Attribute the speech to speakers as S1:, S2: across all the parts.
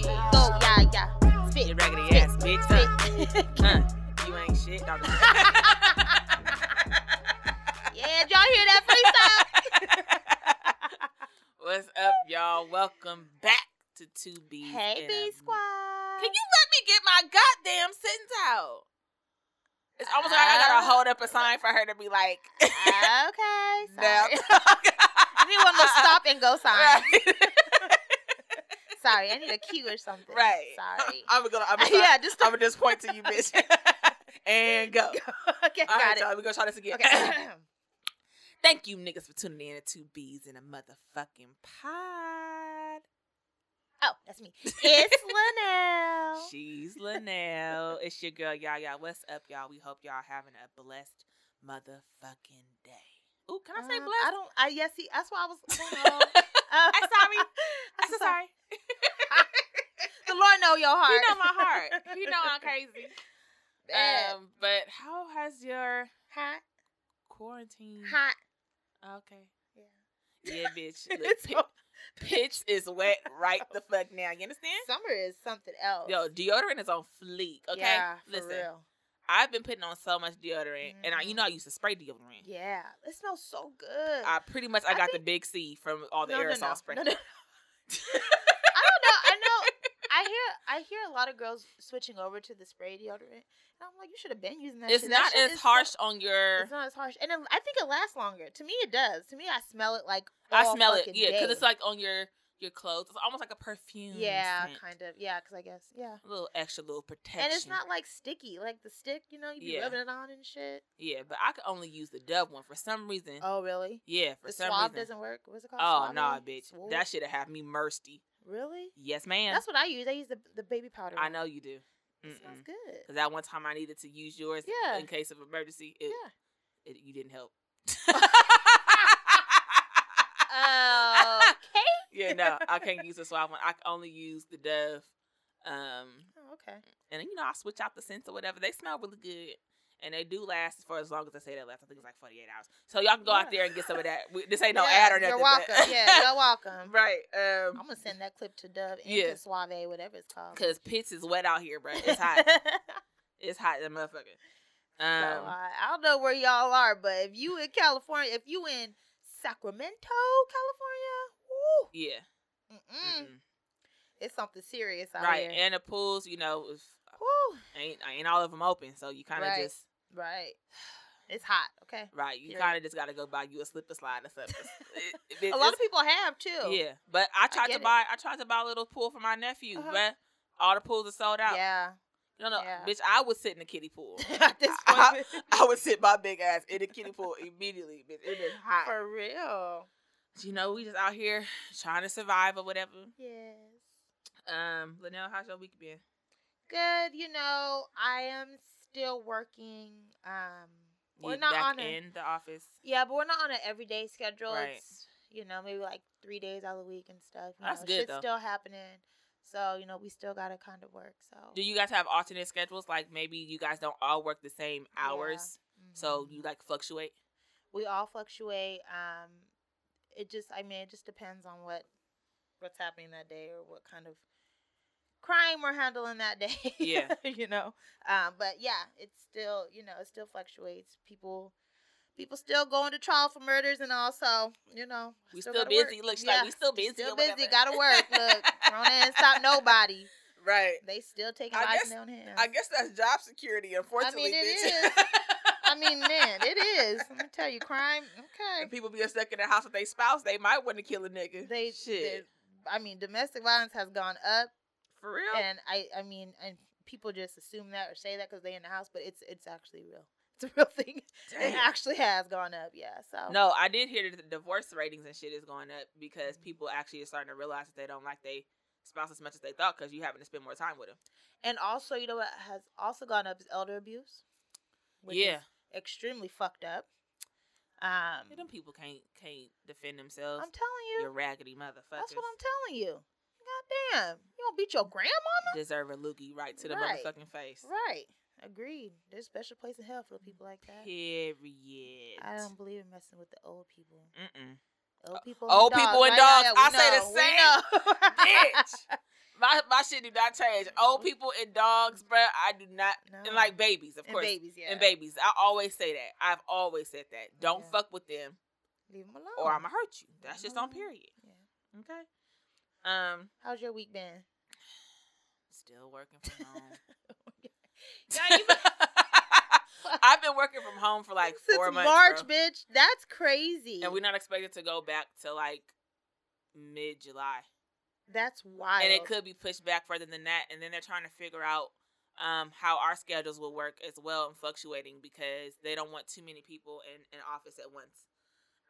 S1: No, no, no. yeah, did y'all hear that freestyle?
S2: What's up, y'all? Welcome back to Two B's.
S1: Hey,
S2: and a
S1: B Squad.
S2: Can you let me get my goddamn sentence out? It's almost like I
S1: Uh,
S2: gotta hold up a sign for her to be like,
S1: okay.
S2: "Now."
S1: Sorry. I need one of those stop and go signs.
S2: Right.
S1: Sorry, I need a cue or something.
S2: Right.
S1: Sorry.
S2: I'm gonna. I'm gonna yeah.
S1: yeah, just
S2: I'm gonna just point to you, bitch. and go.
S1: okay.
S2: All right,
S1: got
S2: y'all. We gonna try this
S1: it.
S2: again.
S1: Okay.
S2: Thank you, niggas, for tuning in to Two B's in a motherfucking pod.
S1: oh, that's me. It's Linnell.
S2: She's Linnell. It's your girl, y'all. Y'all, what's up, y'all? We hope y'all having a blessed motherfucking day. Ooh, can I say
S1: Um,
S2: blessed?
S1: I don't. I yes. See, that's why I was. I don't know.
S2: I'm
S1: Uh,
S2: sorry.
S1: I'm
S2: I'm
S1: so
S2: so sorry.
S1: sorry. The Lord know your
S2: You
S1: heart. Uh,
S2: know my heart. You know I'm crazy.
S1: Bad.
S2: Um, but how has your
S1: hot,
S2: quarantine?
S1: hot.
S2: Okay.
S1: Yeah.
S2: Yeah, bitch. Look,
S1: It's
S2: pi- pitch is wet right the fuck now. You understand?
S1: Summer is something else.
S2: Yo, deodorant is on fleek. Okay,
S1: Yeah, for
S2: listen.
S1: real.
S2: I've been putting on so much deodorant, and I, you
S1: Mhm.
S2: know, I used to spray deodorant.
S1: Yeah, it smells so good.
S2: I pretty much I,
S1: I
S2: got the big C from all the
S1: No, no,
S2: aerosol
S1: no.
S2: spray.
S1: No, no. I don't know. I know. I hear. I hear a lot of girls switching over to the spray deodorant. And I'm like, you should have been using that.
S2: it's
S1: shit. That
S2: not
S1: shit
S2: as
S1: is so-
S2: harsh on your.
S1: it's not as harsh, and it, I think it lasts longer. To me, it does. To me, I smell it like
S2: I
S1: all
S2: smell it,
S1: fucking
S2: yeah, because
S1: day.
S2: it's like on your your clothes. It's almost like a perfume.
S1: yeah,
S2: scent.
S1: kind of yeah, because I guess yeah.
S2: A little extra, little protection.
S1: And it's not like sticky, like the stick, you know, you be
S2: Yeah.
S1: rubbing it on and shit.
S2: Yeah, but I could only use the Dove one for some reason.
S1: Oh, really?
S2: Yeah, for
S1: the
S2: some
S1: swab
S2: reason.
S1: doesn't work. What's it called?
S2: Oh
S1: Swab
S2: nah,
S1: one?
S2: bitch,
S1: Swole?
S2: that should have had me mursty.
S1: really?
S2: Yes, ma'am.
S1: That's what I use. I use the the baby powder.
S2: I
S1: one.
S2: know you do.
S1: It smells
S2: Because
S1: good.
S2: that one time I needed to use yours
S1: Yeah.
S2: in case of emergency, it,
S1: Yeah.
S2: it, you didn't help.
S1: Oh, okay.
S2: yeah, no, I can't use the swab one. I can only use the Dove. Um,
S1: Oh, okay.
S2: and then, you know, I switch out the scents or whatever. They smell really good. And they do last for as long as I say they last. I think it's like 48 hours. So y'all can go out
S1: Yeah.
S2: there and get some of that. We, this ain't no
S1: Yeah,
S2: ad or
S1: You're
S2: nothing.
S1: welcome.
S2: but-
S1: yeah, you're welcome.
S2: right.
S1: I'm
S2: Um,
S1: gonna send that clip to Dove and
S2: Yeah.
S1: to Suave, whatever it's called.
S2: Because Pitts is wet out here, bro. It's hot. it's hot, that motherfucker.
S1: So, uh,
S2: Um,
S1: I, I don't know where y'all are, but if you in California, if you in Sacramento, California,
S2: yeah.
S1: woo, mm-mm,
S2: mm-mm.
S1: it's something serious out
S2: Right.
S1: here.
S2: And the pools, you know, is-
S1: Woo,
S2: ain't ain't all of them open. So you kind of
S1: Right.
S2: just,
S1: right. It's hot. Okay.
S2: right. You
S1: Period.
S2: kind of just got to go buy you a slip and slide or something. It- it-
S1: A
S2: it's-
S1: lot of people have too.
S2: Yeah, but I tried
S1: get
S2: to
S1: it.
S2: buy. I tried to buy a little pool for my nephew,
S1: Uh-huh.
S2: but all the pools are sold out.
S1: Yeah.
S2: No, no,
S1: yeah.
S2: bitch. I would sit in the kiddie pool.
S1: At this
S2: I-
S1: point,
S2: I would sit my big ass in the kiddie pool immediately, bitch. It is hot.
S1: for real.
S2: you know, we just out here trying to survive or whatever.
S1: Yes.
S2: Um, Linnell, how's your week been?
S1: Good. You know, I am still working. Um,
S2: You
S1: we're not
S2: back
S1: on a
S2: in the office.
S1: yeah, but we're not on an everyday schedule.
S2: Right.
S1: It's you know maybe like three days out of the week and stuff. You
S2: That's
S1: know,
S2: good,
S1: Shit's
S2: though.
S1: still happening, so you know we still gotta kind of work. So
S2: Do you guys have alternate schedules? Like maybe you guys don't all work the same
S1: Yeah.
S2: hours, so
S1: Mhm.
S2: you like fluctuate.
S1: we all fluctuate. Um, it just I mean it just depends on what what's happening that day or what kind of crime we're handling that day.
S2: Yeah.
S1: you know. Um, but yeah, it's still you know it still fluctuates. People people still going to trial for murders and also you know
S2: We still,
S1: gotta work.
S2: busy. Looks
S1: Yeah,
S2: like we still busy.
S1: Still
S2: or
S1: busy,
S2: whatever.
S1: gotta work. Look, Corona ain't stop nobody.
S2: right.
S1: They still taking
S2: I
S1: lives
S2: guess-
S1: in their own hands.
S2: I guess that's job security, unfortunately.
S1: I mean, it
S2: bitch.
S1: is. I mean, man, it is. Let me tell you, crime.
S2: If
S1: Okay,
S2: people be stuck in their house with their spouse, they might want to kill a nigga.
S1: they
S2: shit
S1: they- I mean, domestic violence has gone up,
S2: for real.
S1: and I, I mean, and people just assume that or say that because they in the house, but it's it's actually real. It's a real thing. It
S2: Damn.
S1: actually has gone up. Yeah. So
S2: No, I did hear that the divorce ratings and shit is going up because
S1: Mm-hmm.
S2: people actually are starting to realize that they don't like their spouse as much as they thought because you having to spend more time with them.
S1: and also, you know what has also gone up is elder abuse. Which
S2: yeah,
S1: Is extremely fucked up. Um,
S2: Yeah, them people can't can't defend themselves.
S1: I'm telling you,
S2: Your raggedy motherfuckers
S1: That's what I'm telling you. Goddamn. You gonna beat your grandma?
S2: deserve a loogie right to the
S1: Right.
S2: motherfucking face.
S1: Right. Agreed. There's a special place in hell for people like that.
S2: Period.
S1: Um, I don't believe in messing with the old people.
S2: Mm-mm.
S1: Old people.
S2: Uh, Old
S1: and
S2: people
S1: dogs.
S2: and
S1: Right?
S2: dogs.
S1: Yeah,
S2: I
S1: we
S2: say the
S1: know.
S2: same
S1: We know.
S2: Bitch. My my shit do not change. Old people and dogs, bruh. I do not
S1: No.
S2: and like babies, of
S1: Uh-huh. And
S2: course.
S1: babies, yeah.
S2: And babies. I always say that. I've always said that. Don't
S1: Yeah.
S2: fuck with them
S1: Leave them alone.
S2: or I'ma hurt you. That's just on
S1: Mhm.
S2: period.
S1: Yeah.
S2: Okay. Um
S1: How's your week been?
S2: still working from home.
S1: Yeah, you-
S2: I've been working from home for like
S1: Since
S2: four months.
S1: March,
S2: bro.
S1: bitch. That's crazy.
S2: and we're not expected to go back to like mid July,
S1: That's wild.
S2: and it could be pushed back further than that. And then they're trying to figure out um, how our schedules will work as well and fluctuating because they don't want too many people in an office at once.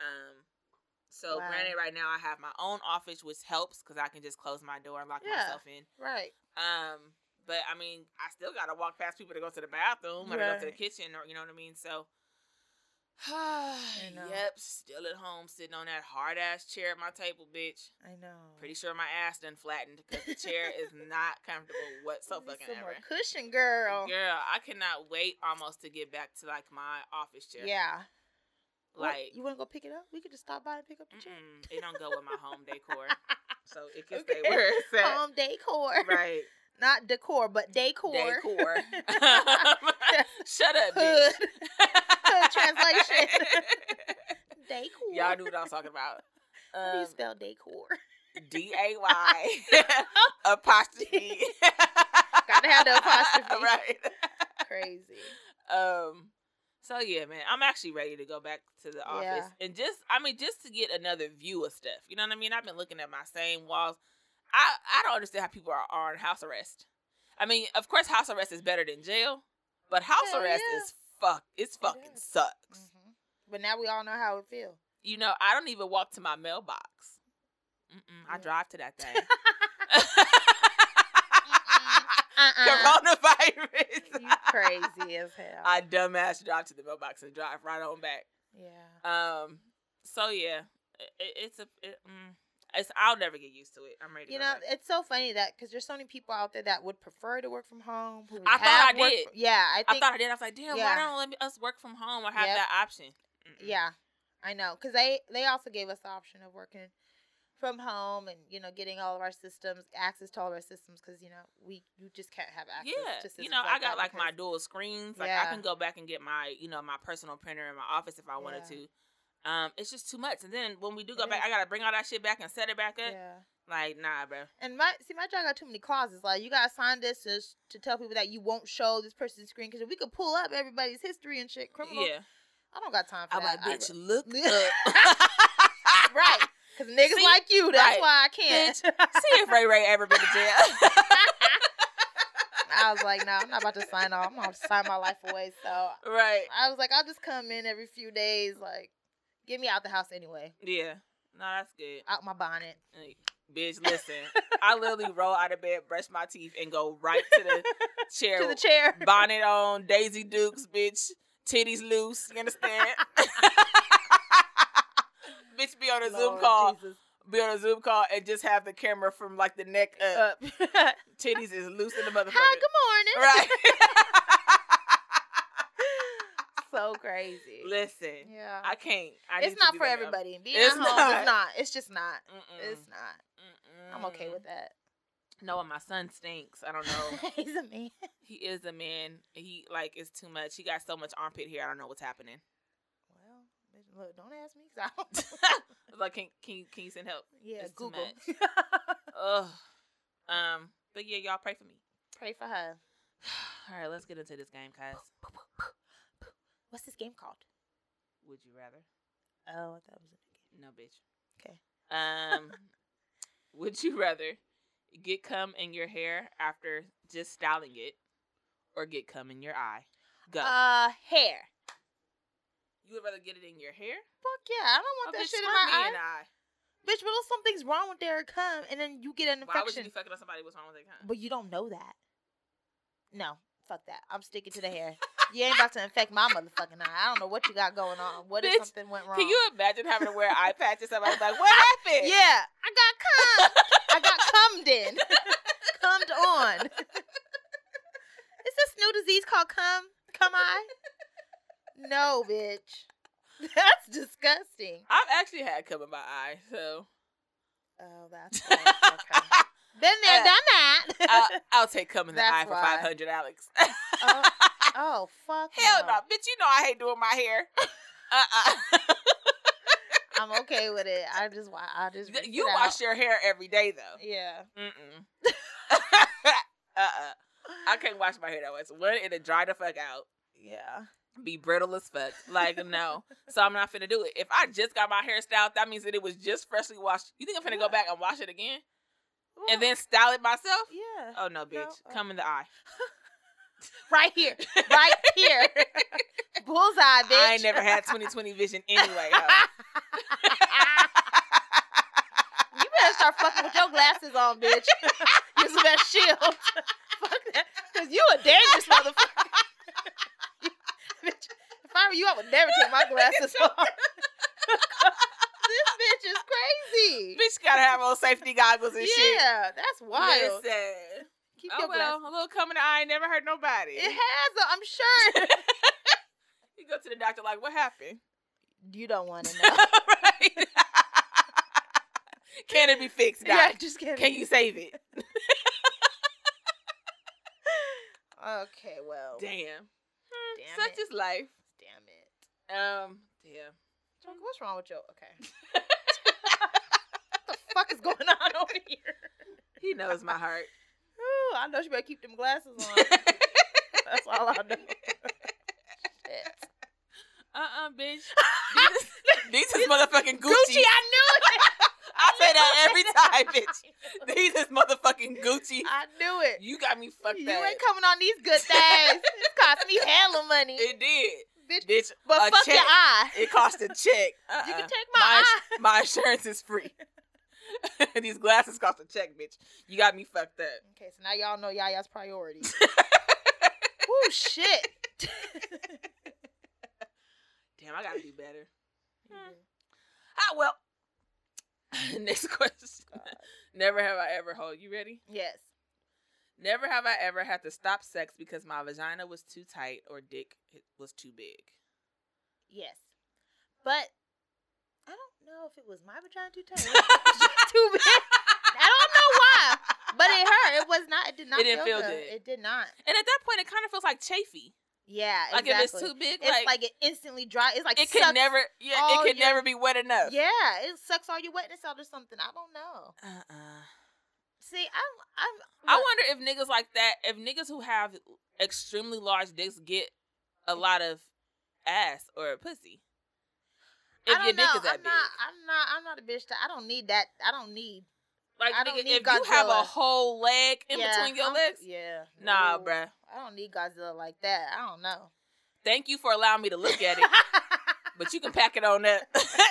S2: Um, so
S1: Wow.
S2: granted, right now I have my own office, which helps because I can just close my door and lock
S1: Yeah.
S2: myself in.
S1: Right.
S2: Um, but I mean, I still gotta walk past people to go to the bathroom or to go to the
S1: Right.
S2: kitchen or you know what I mean. So,
S1: know.
S2: yep, still at home sitting on that hard ass chair at my table, bitch.
S1: I know.
S2: Pretty sure my ass done flattened because the chair is not comfortable
S1: so
S2: whatsoever.
S1: Some more cushion, girl.
S2: Girl, I cannot wait almost to get back to like my office chair.
S1: Yeah. What-
S2: like
S1: you want to go pick it up? We could just stop by and pick up the chair.
S2: mm-mm, it don't go with my home decor, so it can stay
S1: Okay.
S2: where it's at.
S1: Home decor.
S2: Right.
S1: Not decor, but decor.
S2: Decor. Shut up, bitch.
S1: Hood. Translation. Decor.
S2: Y'all knew what I was talking about.
S1: How do you
S2: Um,
S1: spell decor?
S2: D A Y apostrophe.
S1: Gotta have the apostrophe.
S2: right?
S1: Crazy.
S2: Um. So yeah, man, I'm actually ready to go back to the office and just, I mean, just to get another view of stuff. You know what I mean? I've been looking at my same walls. I I don't understand how people are, are on house arrest. I mean, of course, house arrest is better than jail, but house
S1: Hell
S2: arrest
S1: yeah.
S2: is fuck. It's fucking
S1: is.
S2: sucks.
S1: hmm But now we all know how it feels.
S2: you know, I don't even walk to my mailbox. Mm-mm, I
S1: Yeah.
S2: drive to that thing.
S1: Uh-uh.
S2: Coronavirus.
S1: you crazy as hell.
S2: I dumbass drive to the mailbox and drive right on back.
S1: yeah.
S2: Um. So yeah, it, it's a. It, mm, it's. I'll never get used to it. I'm ready. To
S1: You
S2: go
S1: know,
S2: back.
S1: it's so funny that because there's so many people out there that would prefer to work from home. Who
S2: I thought
S1: have
S2: I
S1: worked
S2: did.
S1: fr- yeah, I
S2: I
S1: think.
S2: thought I did. I was like, damn,
S1: Yeah.
S2: why don't let me, us work from home or have
S1: Yep.
S2: that option? Mm-mm.
S1: yeah, I know because they they also gave us the option of working from home and you know getting all of our systems access to all of our systems because you know we you just can't have access. to
S2: Yeah,
S1: systems
S2: you know, I
S1: like
S2: got
S1: that
S2: like my
S1: because-
S2: dual screens. Like I
S1: Yeah.
S2: can go back and get my, you know, my personal printer in my office if I wanted
S1: Yeah.
S2: to. Um, it's just too much. And then when we do go
S1: It
S2: back,
S1: is.
S2: I gotta bring all that shit back and set it back up.
S1: Yeah.
S2: Like nah, bro.
S1: And my see, my job got too many clauses. Like you gotta sign this to, to tell people that you won't show this person's screen because we could pull up everybody's history and shit. Criminal.
S2: Yeah,
S1: I don't got time for
S2: I'm
S1: that.
S2: like,
S1: I
S2: bitch, look
S1: re-
S2: up.
S1: right? Because niggas
S2: See?
S1: like you, that's
S2: Right.
S1: why I can't.
S2: See if Ray Ray ever been to jail.
S1: I was like, no, I'm not about to sign off. I'm gonna sign my life away. So
S2: right.
S1: I was like, I'll just come in every few days. Like, get me out the house anyway.
S2: Yeah. No, that's good.
S1: Out my bonnet.
S2: Like, bitch, listen. I literally roll out of bed, brush my teeth, and go right to the chair.
S1: to the chair.
S2: bonnet on, Daisy Dukes, bitch, titties loose. You understand? bitch, be on a Zoom
S1: Lord
S2: call,
S1: Jesus.
S2: be on a Zoom call, and just have the camera from like the neck up.
S1: Up. Hi,
S2: titties is loose in the motherfucker.
S1: Uh, good morning.
S2: Right.
S1: so crazy.
S2: Listen,
S1: Yeah.
S2: I can't. I need
S1: it's
S2: to
S1: not
S2: do
S1: for
S2: that now.
S1: everybody. Being
S2: It's
S1: at home
S2: not. Mm-hmm.
S1: is not. It's just not.
S2: Mm-mm.
S1: It's not. I'm okay
S2: Mm-mm.
S1: with that.
S2: Knowing my son stinks. I don't know.
S1: He's a man.
S2: he is a man. He like it's too much. He got so much armpit hair. I don't know what's happening.
S1: Well, bitch, look, don't ask me 'cause I don't.
S2: like, can can you, can you send help?
S1: Yeah,
S2: It's too
S1: Google.
S2: Ugh. Um, but yeah, y'all pray for me.
S1: Pray for her.
S2: All right, let's get into this game, guys.
S1: What's this game called?
S2: Would you rather?
S1: Oh, I thought it was a game.
S2: No, bitch.
S1: Okay.
S2: Um, would you rather get cum in your hair after just styling it, or get cum in your eye? Go.
S1: Uh, hair.
S2: you would rather get it in your hair?
S1: Fuck yeah, I don't
S2: Oh,
S1: want that
S2: bitch,
S1: shit in
S2: squirt
S1: my
S2: me
S1: eye.
S2: in the eye.
S1: Bitch, but if something's wrong with their cum, and then you get an
S2: Why would you
S1: infection,
S2: be fucking on somebody? What's wrong with their cum?
S1: but you don't know that. No, fuck that. I'm sticking to the hair. you ain't about to infect my motherfucking eye. I don't know what you got going on. What if
S2: Bitch,
S1: something went wrong?
S2: Can you imagine having to wear eye patches? Somebody's like, "What happened?"
S1: Yeah, I got cum. I got cummed in. cummed on. Is this new disease called cum? Cum eye? No, bitch. That's disgusting.
S2: I've actually had cum in my eye, so.
S1: Oh, that's right. okay. Been there,
S2: Uh,
S1: done that.
S2: I'll, I'll take cum in the
S1: That's
S2: eye for
S1: why.
S2: 500, Alex.
S1: uh, oh, oh, fuck.
S2: Hell no. bitch. You know I hate doing my hair. Uh uh
S1: I'm okay with it. I just, wa- I just. rinse
S2: you
S1: it
S2: wash your hair every day
S1: out.
S2: though.
S1: Yeah.
S2: Mm mm. uh uh. I can't wash my hair that way. So one, it'll dry the fuck out,
S1: Yeah.
S2: be brittle as fuck. Like no, so I'm not finna do it. If I just got my hair styled, that means that it was just freshly washed. You think I'm finna go
S1: Yeah.
S2: back and wash it again
S1: Well,
S2: and then style it myself?
S1: Yeah.
S2: Oh no, bitch,
S1: uh,
S2: come in the eye.
S1: Right here. Right here. Bullseye, bitch.
S2: I ain't never had 2020 vision anyway. hoe.
S1: You better start fucking with your glasses on, bitch. Use the best shield. Fuck that. Because you a dangerous motherfucker. bitch, if I were you, I would never take my glasses off. this bitch is crazy.
S2: bitch gotta have on safety goggles and shit.
S1: yeah, that's wild.
S2: Listen.
S1: Keep
S2: Oh
S1: your
S2: well,
S1: glasses.
S2: a little cum in the eye ain't never hurt nobody.
S1: It has, a, I'm sure.
S2: you go to the doctor like, what happened?
S1: You don't want to know.
S2: right? Can it be fixed, doc?
S1: yeah, just kidding.
S2: Can you save it?
S1: Okay, well, damn,
S2: Damn. Hmm,
S1: Damn
S2: Such
S1: it.
S2: is life.
S1: it.
S2: Um, damn.
S1: Chunk, what's wrong with your? Okay. what the fuck is going on over here?
S2: He knows my heart.
S1: Ooh, I know she better keep them glasses on. That's all I know. Shit.
S2: Uh-uh, bitch. These, is- these is motherfucking Gucci.
S1: Gucci, I knew it.
S2: I say that every time, bitch. These is motherfucking Gucci.
S1: I knew it.
S2: You got me fucked
S1: You
S2: up.
S1: ain't coming on these good things. It cost me hella money,
S2: It did,
S1: bitch.
S2: bitch.
S1: But
S2: a
S1: fuck
S2: check.
S1: your eye.
S2: It cost a check. Uh-uh.
S1: you can take uh, my,
S2: my
S1: eye.
S2: my insurance is free. These glasses cost a check, bitch. You got me fucked up.
S1: Okay, so now y'all know Yaya's priorities. Ooh, shit.
S2: Damn, I gotta do better. Ah, well. Next question. Never have I ever hold. You ready?
S1: Yes.
S2: Never have I ever had to stop sex because my vagina was too tight or dick was too big.
S1: Yes. But I don't know if it was my vagina too tight. or it was just too big. I don't know why, but it hurt. It was not. It did not.
S2: It didn't feel good.
S1: It did not.
S2: And at that point, it kind of feels like chafy.
S1: Yeah,
S2: Like
S1: exactly.
S2: if it's too big,
S1: It's
S2: like,
S1: like, it instantly dry. It's like
S2: it can
S1: sucks-
S2: never. Yeah,
S1: all
S2: it can
S1: your-
S2: never be wet enough.
S1: Yeah, it sucks all your wetness out or something. I don't know.
S2: Uh-uh.
S1: See, I'm. I'm.
S2: I
S1: look,
S2: wonder if niggas like that, if niggas who have extremely large dicks get a lot of ass or pussy.
S1: I
S2: If
S1: don't
S2: your dick
S1: know.
S2: is that
S1: I'm
S2: big.
S1: not. I'm not. I'm not a bitch. That, I don't need that. I don't need.
S2: like
S1: I don't
S2: nigga,
S1: need
S2: if you have a
S1: Godzilla.
S2: whole leg in
S1: Yeah,
S2: between your
S1: I'm-
S2: legs.
S1: Yeah.
S2: Nah,
S1: no.
S2: bruh.
S1: I don't need Godzilla like that. I don't know.
S2: Thank you for allowing me to look at it. but you can pack it on up.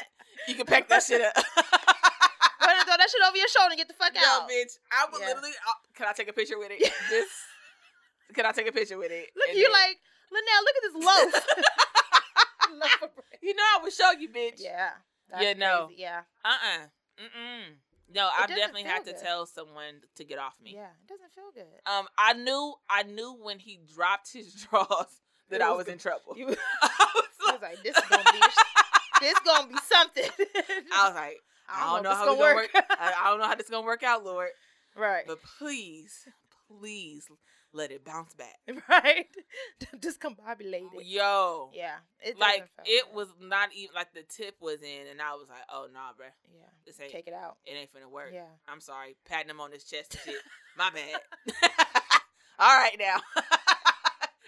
S2: you can pack that shit up.
S1: Go ahead and throw that shit over your shoulder and get the fuck
S2: No,
S1: out.
S2: bitch. I would
S1: Yeah.
S2: literally. Uh, can I take a picture with it? Just. Can I take a picture with it?
S1: Look,
S2: And
S1: you
S2: then-
S1: like Linnell. Look at this loaf. loaf of bread.
S2: You know I would show you, bitch.
S1: Yeah.
S2: Yeah, no.
S1: crazy. Yeah.
S2: Uh uh-uh. uh. Mm mm. No, I've
S1: doesn't
S2: definitely
S1: feel
S2: had to
S1: good.
S2: tell someone to get off me.
S1: Yeah. It doesn't feel good.
S2: Um, I knew, I knew when he dropped his drawers that
S1: It
S2: I
S1: was
S2: was
S1: go-
S2: in trouble.
S1: you-
S2: I was
S1: I
S2: like,
S1: was like, this is gonna be this gonna be something.
S2: I was like, I don't know
S1: if
S2: how
S1: it's
S2: we gonna work. I, I don't know how this gonna work out, Lord.
S1: right.
S2: But please, please let it bounce back.
S1: Right. Discombobulated.
S2: Oh, Yo,
S1: Yeah. It
S2: like
S1: doesn't feel
S2: it
S1: good.
S2: was not even like the tip was in, and I was like, oh nah, bruh.
S1: Yeah.
S2: this ain't
S1: Take it out.
S2: it ain't finna work.
S1: Yeah.
S2: I'm sorry, patting him on his chest and shit. My bad. All right now,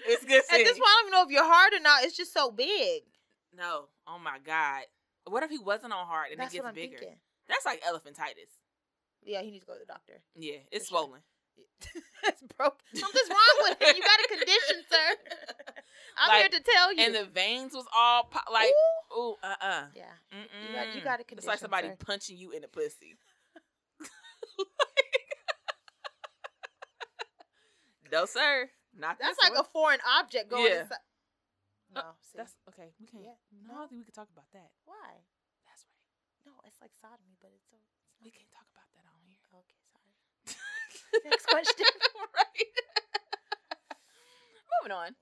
S2: it's good.
S1: At this
S2: seeing
S1: point, I don't even know if you're hard or not. It's just so big.
S2: you. no, oh my god, what if he wasn't on hard and
S1: That's
S2: it
S1: what
S2: gets
S1: I'm
S2: bigger?
S1: thinking.
S2: That's like elephantitis.
S1: Yeah, he needs to go to the doctor.
S2: Yeah, it's
S1: For sure.
S2: swollen.
S1: it's broke. Something's wrong with it. You got a condition, sir. I'm
S2: Like,
S1: here to tell you.
S2: and the veins was all po- like,
S1: Ooh.
S2: ooh, uh, uh
S1: yeah,
S2: Mm-mm.
S1: got- you got a
S2: It's like
S1: condition,
S2: somebody
S1: sir.
S2: punching you in the pussy. no, sir. Not
S1: that's
S2: this
S1: like a foreign object going.
S2: Yeah. Uh,
S1: Inside. No, see,
S2: That's okay. We can.
S1: Yeah,
S2: No, I don't think we can talk about that.
S1: why?
S2: That's right.
S1: No, it's like sodomy, but it's so. It's
S2: We
S1: not
S2: can't talk about that on here.
S1: good. Okay, sorry. Next question.
S2: right. Moving on.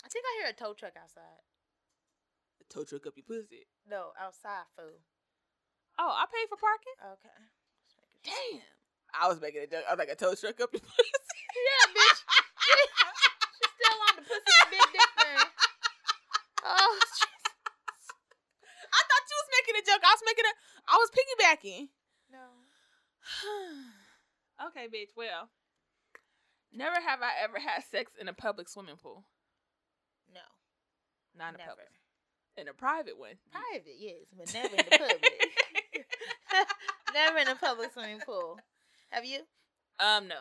S1: I think I hear a tow truck outside.
S2: The tow truck up your pussy.
S1: No, outside food.
S2: Oh, I paid for parking.
S1: Okay. Just making sure.
S2: Damn. I was making a joke. I was like, a tow truck up your pussy.
S1: Yeah, bitch. She's still on the pussy and big dick thing. Oh,
S2: I thought you was making a joke. I was making a. I was piggybacking.
S1: no.
S2: okay, bitch. Well, never have I ever had sex in a public swimming pool.
S1: No.
S2: Not in a
S1: never.
S2: public. In a private one.
S1: Private, yes, but never in the public. never in a public swimming pool. Have you?
S2: Um, no.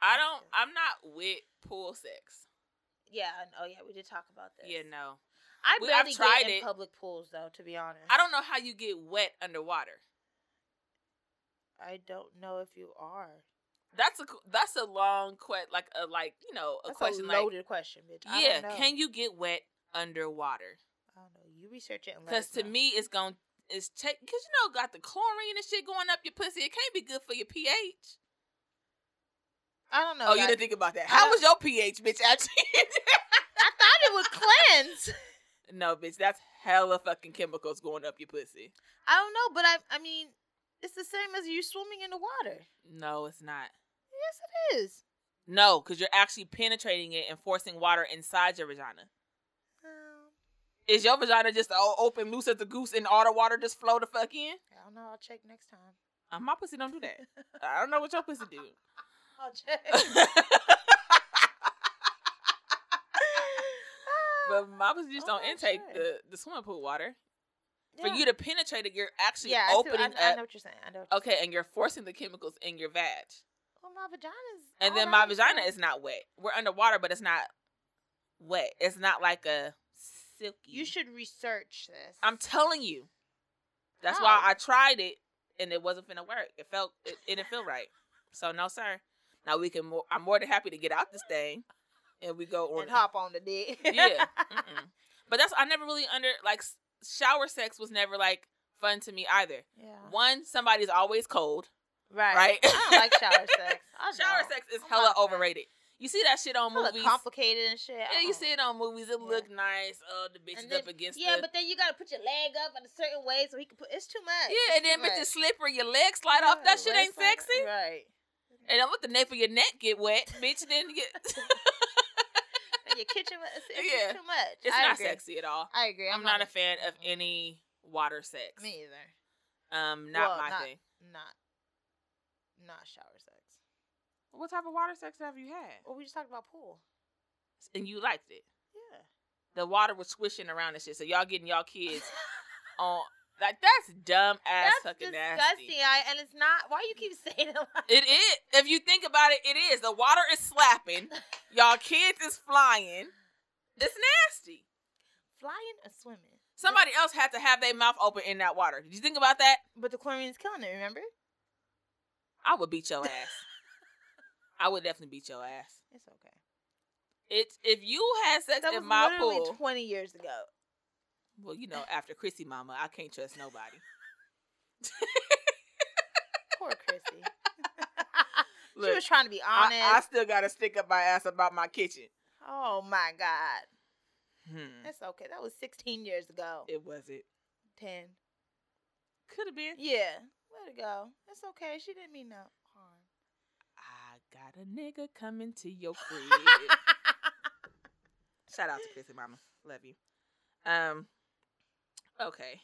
S2: I don't. I'm not with pool sex.
S1: Yeah. I- Oh, yeah. We did talk about this.
S2: Yeah, no.
S1: I
S2: We- I've
S1: barely
S2: tried
S1: get in
S2: it.
S1: public pools though. To be honest,
S2: I don't know how you get wet underwater.
S1: I don't know if you are.
S2: That's a qu- that's a long question. Like a like you know a
S1: That's
S2: question
S1: a
S2: like
S1: loaded question, bitch. I
S2: yeah.
S1: don't know.
S2: Can you get wet underwater?
S1: I don't know. You research it and let
S2: Because
S1: us
S2: to
S1: know.
S2: me, it's going it's take because you know got the chlorine and shit going up your pussy. It can't be good for your pH.
S1: I don't know.
S2: oh, you
S1: like,
S2: didn't think about that.
S1: I
S2: How
S1: don't-
S2: was your pH, bitch? Actually,
S1: I thought it would cleanse.
S2: no, bitch. That's hella fucking chemicals going up your pussy.
S1: I don't know, but I I mean, it's the same as you swimming in the water.
S2: No, it's not.
S1: Yes, it is.
S2: No, because you're actually penetrating it and forcing water inside your vagina.
S1: Um,
S2: Is your vagina just all open, loose as a goose, and all the water just flow the fuck in?
S1: I don't know. I'll check next time.
S2: Uh, my pussy don't do that. I don't know what your pussy do.
S1: I'll check.
S2: but my pussy just
S1: Oh,
S2: don't
S1: I'm
S2: intake
S1: sure.
S2: the, the swimming pool water.
S1: Yeah.
S2: For you to penetrate it, you're actually
S1: yeah, I see what-
S2: opening
S1: I, I
S2: up.
S1: know what you're saying. I know. What
S2: okay, and you're forcing the chemicals in your vag.
S1: You're saying. Well, my vagina's.
S2: And
S1: all
S2: then my
S1: right,
S2: vagina
S1: so-
S2: is not wet. We're underwater, but it's not wet. It's not like a silky.
S1: You should research this.
S2: I'm telling you. That's
S1: No.
S2: why I tried it and it wasn't finna work. It felt it, it didn't feel right. So no, sir. Now we can. More, I'm more than happy to get out this thing, and we go on.
S1: and hop on the dick.
S2: Yeah. Mm-mm. But that's I never really under like s- shower sex was never like fun to me either.
S1: yeah.
S2: One, somebody's always cold.
S1: Right.
S2: right.
S1: I don't like shower sex. I
S2: Shower
S1: don't.
S2: sex is
S1: I'm
S2: hella
S1: not a fan.
S2: overrated. You see that shit on
S1: It look
S2: movies.
S1: complicated and shit. I
S2: Yeah, you
S1: don't-
S2: see it on movies. It
S1: Yeah.
S2: look nice. Oh, the bitch is
S1: then-
S2: up against
S1: Yeah,
S2: the
S1: but then you gotta put your leg up in a certain way so he can put. It's too much.
S2: yeah, and
S1: It's
S2: then
S1: too
S2: bitch
S1: much.
S2: is slippery. Your legs slide off.
S1: Yeah,
S2: That shit
S1: right,
S2: ain't
S1: right,
S2: sexy.
S1: Right.
S2: And don't let the nape of your neck get wet, bitch. Then you get
S1: And your kitchen, it's, it's just
S2: Yeah.
S1: too much.
S2: it's
S1: I
S2: not
S1: agree.
S2: sexy at all.
S1: I agree.
S2: I'm, not a fan of any water sex.
S1: Me either.
S2: Um, not
S1: Well,
S2: my
S1: not-
S2: thing.
S1: Not. Not shower sex.
S2: What type of water sex have you had?
S1: Well, we just talked about pool.
S2: And you liked it.
S1: Yeah.
S2: The water was swishing around and shit. So y'all getting y'all kids on like that's dumb ass
S1: That's
S2: fucking
S1: disgusting.
S2: nasty.
S1: I, and it's not. Why you keep saying it? Like,
S2: It is. If you think about it, it is. The water is slapping. Y'all kids is flying. It's nasty.
S1: flying or swimming?
S2: Somebody else had to have their mouth open in that water. Did you think about that?
S1: But the chlorine is killing it. Remember?
S2: I would beat your ass. I would definitely beat your ass.
S1: It's okay.
S2: It's if you had sex
S1: That was
S2: in my
S1: literally
S2: pool.
S1: 20 years ago.
S2: well, you know, after Chrissy Mama, I can't trust nobody.
S1: Poor Chrissy. she
S2: Look,
S1: was trying to be honest.
S2: I, I still got to stick up my ass about my kitchen.
S1: oh my God.
S2: Hmm.
S1: That's okay. That was 16 years ago.
S2: It wasn't.
S1: 10.
S2: Could have been.
S1: Yeah. Let it go. It's okay. She didn't mean no harm.
S2: I got a nigga coming to your crib. Shout out to Chrissy Mama. Love you. Um. Okay.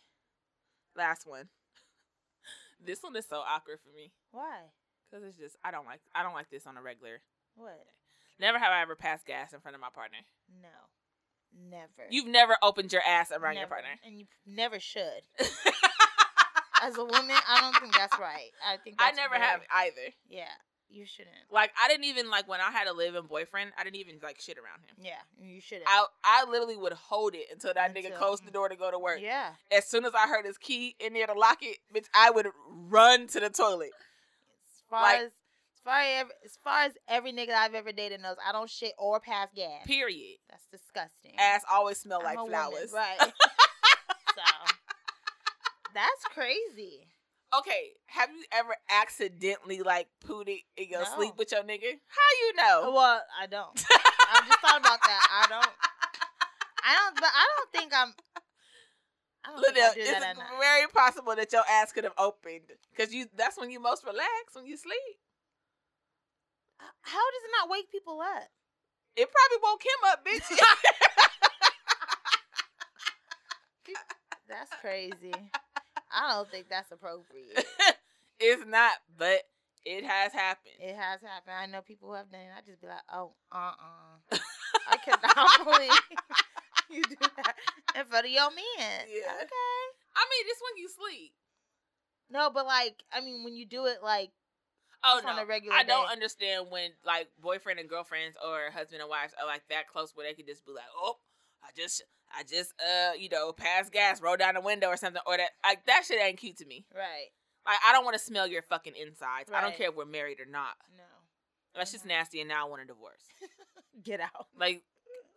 S2: Last one. This one is so awkward for me
S1: Why?
S2: because it's just I don't like I don't like this on a regular.
S1: What?
S2: Never have I ever passed gas in front of my partner.
S1: No. Never.
S2: You've never opened your ass around your
S1: Never.
S2: partner.
S1: And you never should. As a woman, I don't think that's right. I think
S2: I
S1: that's
S2: never
S1: very-
S2: have either.
S1: Yeah. You shouldn't.
S2: Like I didn't even like when I had a live-in boyfriend. I didn't even like shit around him.
S1: Yeah. You shouldn't.
S2: I I literally would hold it until that nigga
S1: Until-
S2: closed the door to go to work.
S1: Yeah.
S2: As soon as I heard his key in there to lock it, bitch, I would run to the toilet.
S1: As far
S2: Like-
S1: as as far as, every, as far as every nigga I've ever dated knows, I don't shit or pass gas.
S2: Period.
S1: That's disgusting.
S2: Ass always smell
S1: Mm. I'm
S2: like
S1: a woman,
S2: flowers.
S1: right? so that's crazy.
S2: Okay, have you ever accidentally like pooted in your
S1: No. Oh,
S2: sleep with your nigga? How you know?
S1: Well, I don't. I've just thought about that. I don't. I don't. But I don't think I'm. don't
S2: Liddell,
S1: think I do
S2: it's
S1: that enough.
S2: very possible that your ass could have opened because you—that's when you most relax when you sleep.
S1: H- Uh, How does it not wake people up?
S2: It probably woke him up, bitch.
S1: That's crazy. I don't think that's appropriate.
S2: it's not, but it has happened.
S1: It has happened. I know people who have done it. I just be like, oh, uh uh I cannot believe you do that in front of your man.
S2: Yeah.
S1: Okay.
S2: I mean, it's when you sleep.
S1: No, but like, I mean, when you do it, like,
S2: Oh
S1: Just
S2: no,
S1: on a regular
S2: I don't
S1: day.
S2: understand when like boyfriend and girlfriends or husband and wives are like that close where they could just be like, oh, I just, I just, uh, you know, pass gas, roll down the window or something, or that like that shit ain't cute to me.
S1: right?
S2: Like I don't want to smell your fucking insides. I don't
S1: Right.
S2: care if we're married or not.
S1: No,
S2: That's just
S1: Mhm.
S2: nasty, and now I want a divorce.
S1: get out.
S2: like,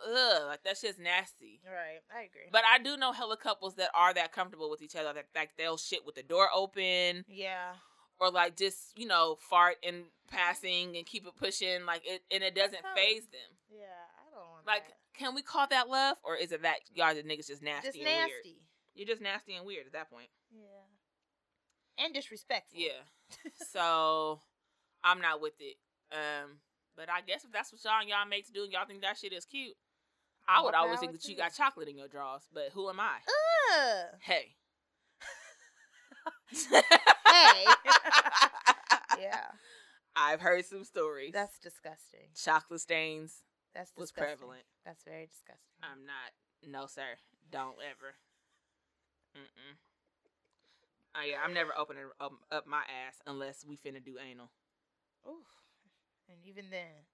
S2: ugh, like that shit's nasty.
S1: Right, I agree.
S2: But I do know hella couples that are that comfortable with each other that like they'll shit with the door open
S1: yeah,
S2: or like just you know fart in passing and keep it pushing like it and it doesn't
S1: That's how-
S2: phase them.
S1: yeah, I don't want
S2: Like, can we call that love or is it that y'all the niggas just
S1: that.
S2: nasty?
S1: just
S2: and Weird?
S1: nasty.
S2: You're just nasty and weird at that point.
S1: Yeah, and disrespectful.
S2: Yeah. so I'm not with it. Um, but I guess if that's what y'all and y'all mates do and y'all think that shit is cute, I
S1: More
S2: would always
S1: power
S2: think that
S1: to
S2: you
S1: you.
S2: got chocolate in your drawers. But who am I?
S1: Ugh.
S2: Hey.
S1: Hey. yeah,
S2: I've heard some stories.
S1: that's disgusting.
S2: chocolate stains
S1: That's disgusting.
S2: was prevalent.
S1: That's very disgusting.
S2: I'm not. No, sir. Don't ever. Mm-mm. Oh yeah, I'm never opening up, up my ass unless we finna do anal.
S1: Oof. And even then,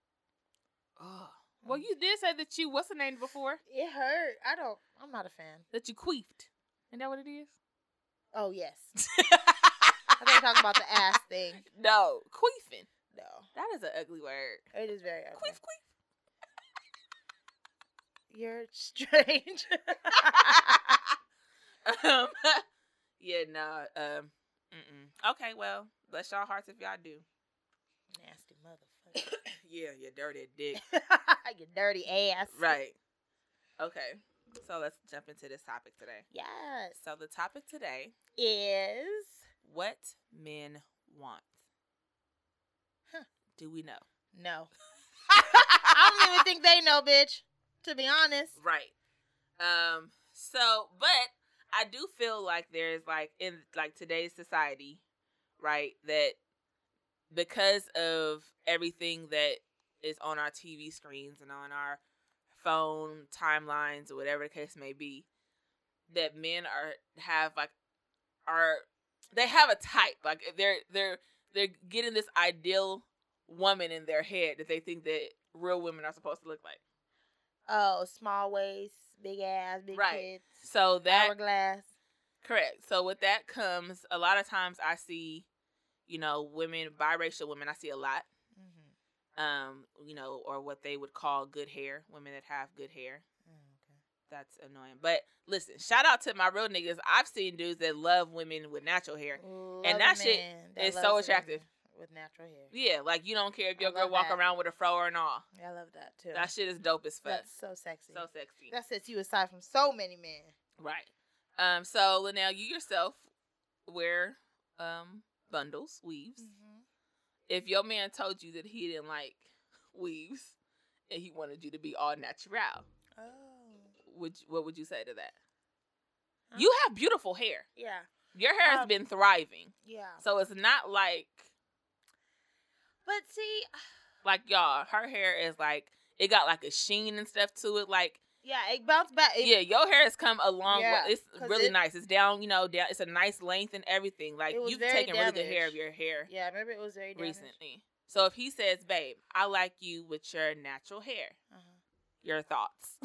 S2: Oh. Well, you did say that you what's the name before
S1: it hurt. I don't. I'm not a fan.
S2: that you queefed. Isn't that what it is?
S1: Oh yes, I think talking about the ass thing.
S2: no, queefing.
S1: No,
S2: That is an ugly word.
S1: it is very ugly.
S2: Queef, queef.
S1: You're strange.
S2: um, yeah, no. Um, mm-mm. Okay, well, bless y'all hearts if y'all do.
S1: Nasty motherfucker.
S2: yeah, you dirty dick.
S1: Your dirty ass.
S2: right. Okay, so let's jump into this topic today.
S1: Yes.
S2: So the topic today:
S1: Is
S2: what men want.
S1: Huh.
S2: Do we know?
S1: no. I don't even think they know, bitch. To be honest.
S2: Right. Um. So, but I do feel like there's like in like today's society, right? That because of everything that is on our TV screens and on our phone timelines or whatever the case may be, that men are have like are they have a type like they're they're they're getting this ideal woman in their head that they think that real women are supposed to look like.
S1: Oh, small waist, big ass, big
S2: Right.
S1: tits,
S2: So that
S1: hourglass.
S2: Correct. So with that comes a lot of times I see, you know, women, biracial women I see a lot.
S1: Mm-hmm.
S2: Um, you know, or what they would call good hair, women that have good hair.
S1: Oh,
S2: That's annoying. But listen, shout out to my real niggas. I've seen dudes that love women with natural hair.
S1: okay. Love a
S2: that shit
S1: man
S2: is so
S1: loves a woman
S2: attractive.
S1: with natural hair.
S2: Yeah, like you don't care if
S1: I
S2: your girl
S1: love
S2: walk
S1: that.
S2: around with a fro or an all.
S1: I love that too.
S2: That shit is dope as fuck.
S1: That's so sexy.
S2: so sexy.
S1: that sets you aside from so many men.
S2: right. Um, so Linnell, you yourself wear um bundles, weaves.
S1: Mm-hmm.
S2: if your man told you that he didn't like weaves and he wanted you to be all natural,
S1: Oh.
S2: would you, what would you say to that?
S1: Huh?
S2: You have beautiful hair.
S1: Yeah.
S2: Your hair has
S1: Um,
S2: been thriving,
S1: Yeah.
S2: so it's not like
S1: But see,
S2: like y'all. Her hair is like it got like a sheen and stuff to it. Like
S1: yeah, it bounced back. It,
S2: yeah, your hair has come a long
S1: Yeah,
S2: way. It's
S1: 'cause
S2: really
S1: it-
S2: nice. It's down, you know, down. It's a nice length and everything. Like
S1: It was
S2: you've
S1: very
S2: taken really good care of
S1: damaged.
S2: your hair
S1: Yeah, I remember it was very damaged.
S2: recently. So if he says, "Babe, I like you with your natural hair,"
S1: Uh-huh.
S2: your thoughts.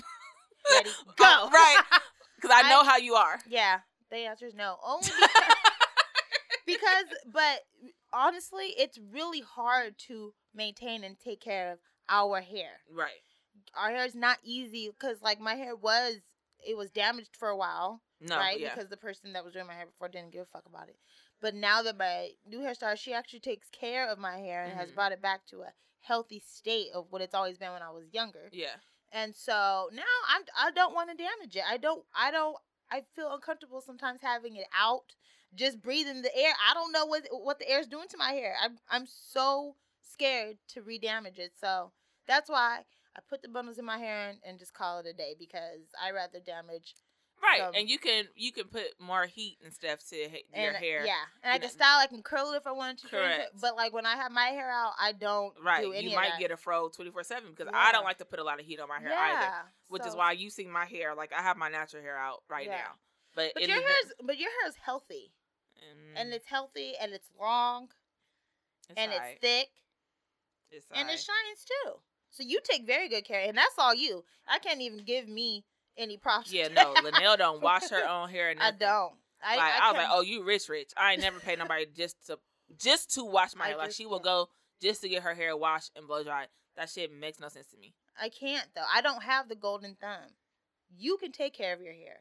S1: Ready?
S2: Oh,
S1: Go.
S2: right. Because I
S1: I-
S2: know how you are.
S1: yeah, the answer is no. Only because, because, but honestly, it's really hard to maintain and take care of our hair.
S2: Right.
S1: Our hair is not easy because, like, my hair was it was damaged for a while,
S2: No.
S1: right?
S2: Oh, Yeah.
S1: Because the person that was doing my hair before didn't give a fuck about it. But now that my new hairstylist, she actually takes care of my hair and has
S2: Mhm.
S1: brought it back to a healthy state of what it's always been when I was younger.
S2: yeah.
S1: And so now I'm I don't want to damage it. I don't I don't I feel uncomfortable sometimes having it out, just breathing the air. I don't know what what the air is doing to my hair. I'm I'm so scared to redamage it. So that's why I put the bundles in my hair and, and just call it a day because I rather damage
S2: Right,
S1: So-
S2: and you can you can put more heat and stuff to ha- your
S1: and, uh,
S2: hair.
S1: Yeah, and I
S2: you
S1: can
S2: know.
S1: style. I can curl it if I wanted to. fringe it,
S2: Correct.
S1: But like when I have my hair out, I don't
S2: Right,
S1: do any
S2: you
S1: of
S2: might
S1: that.
S2: get a fro twenty four seven because
S1: Yeah.
S2: I don't like to put a lot of heat on my hair either,
S1: Yeah,
S2: which is
S1: so-
S2: why you see my hair like I have my natural hair out right
S1: Yeah.
S2: now. But,
S1: But
S2: in
S1: your
S2: the-
S1: hair's but your hair is healthy
S2: Mm,
S1: and it's healthy and it's long
S2: it's
S1: and
S2: alright.
S1: it's thick
S2: It's
S1: and it
S2: alright.
S1: shines too. So you take very good care, and that's all you. I can't even give me any props.
S2: yeah, no, Linnell don't wash her own hair. And
S1: I
S2: nothing.
S1: don't. I,
S2: like, I,
S1: I,
S2: was like,
S1: couldn't-
S2: oh, you rich, rich. I ain't never paid nobody just to just to wash my
S1: I
S2: hair. Like
S1: just
S2: she will
S1: can't.
S2: go just to get her hair washed and blow dry. That shit makes no sense to me.
S1: I can't though. I don't have the golden thumb. You can take care of your hair.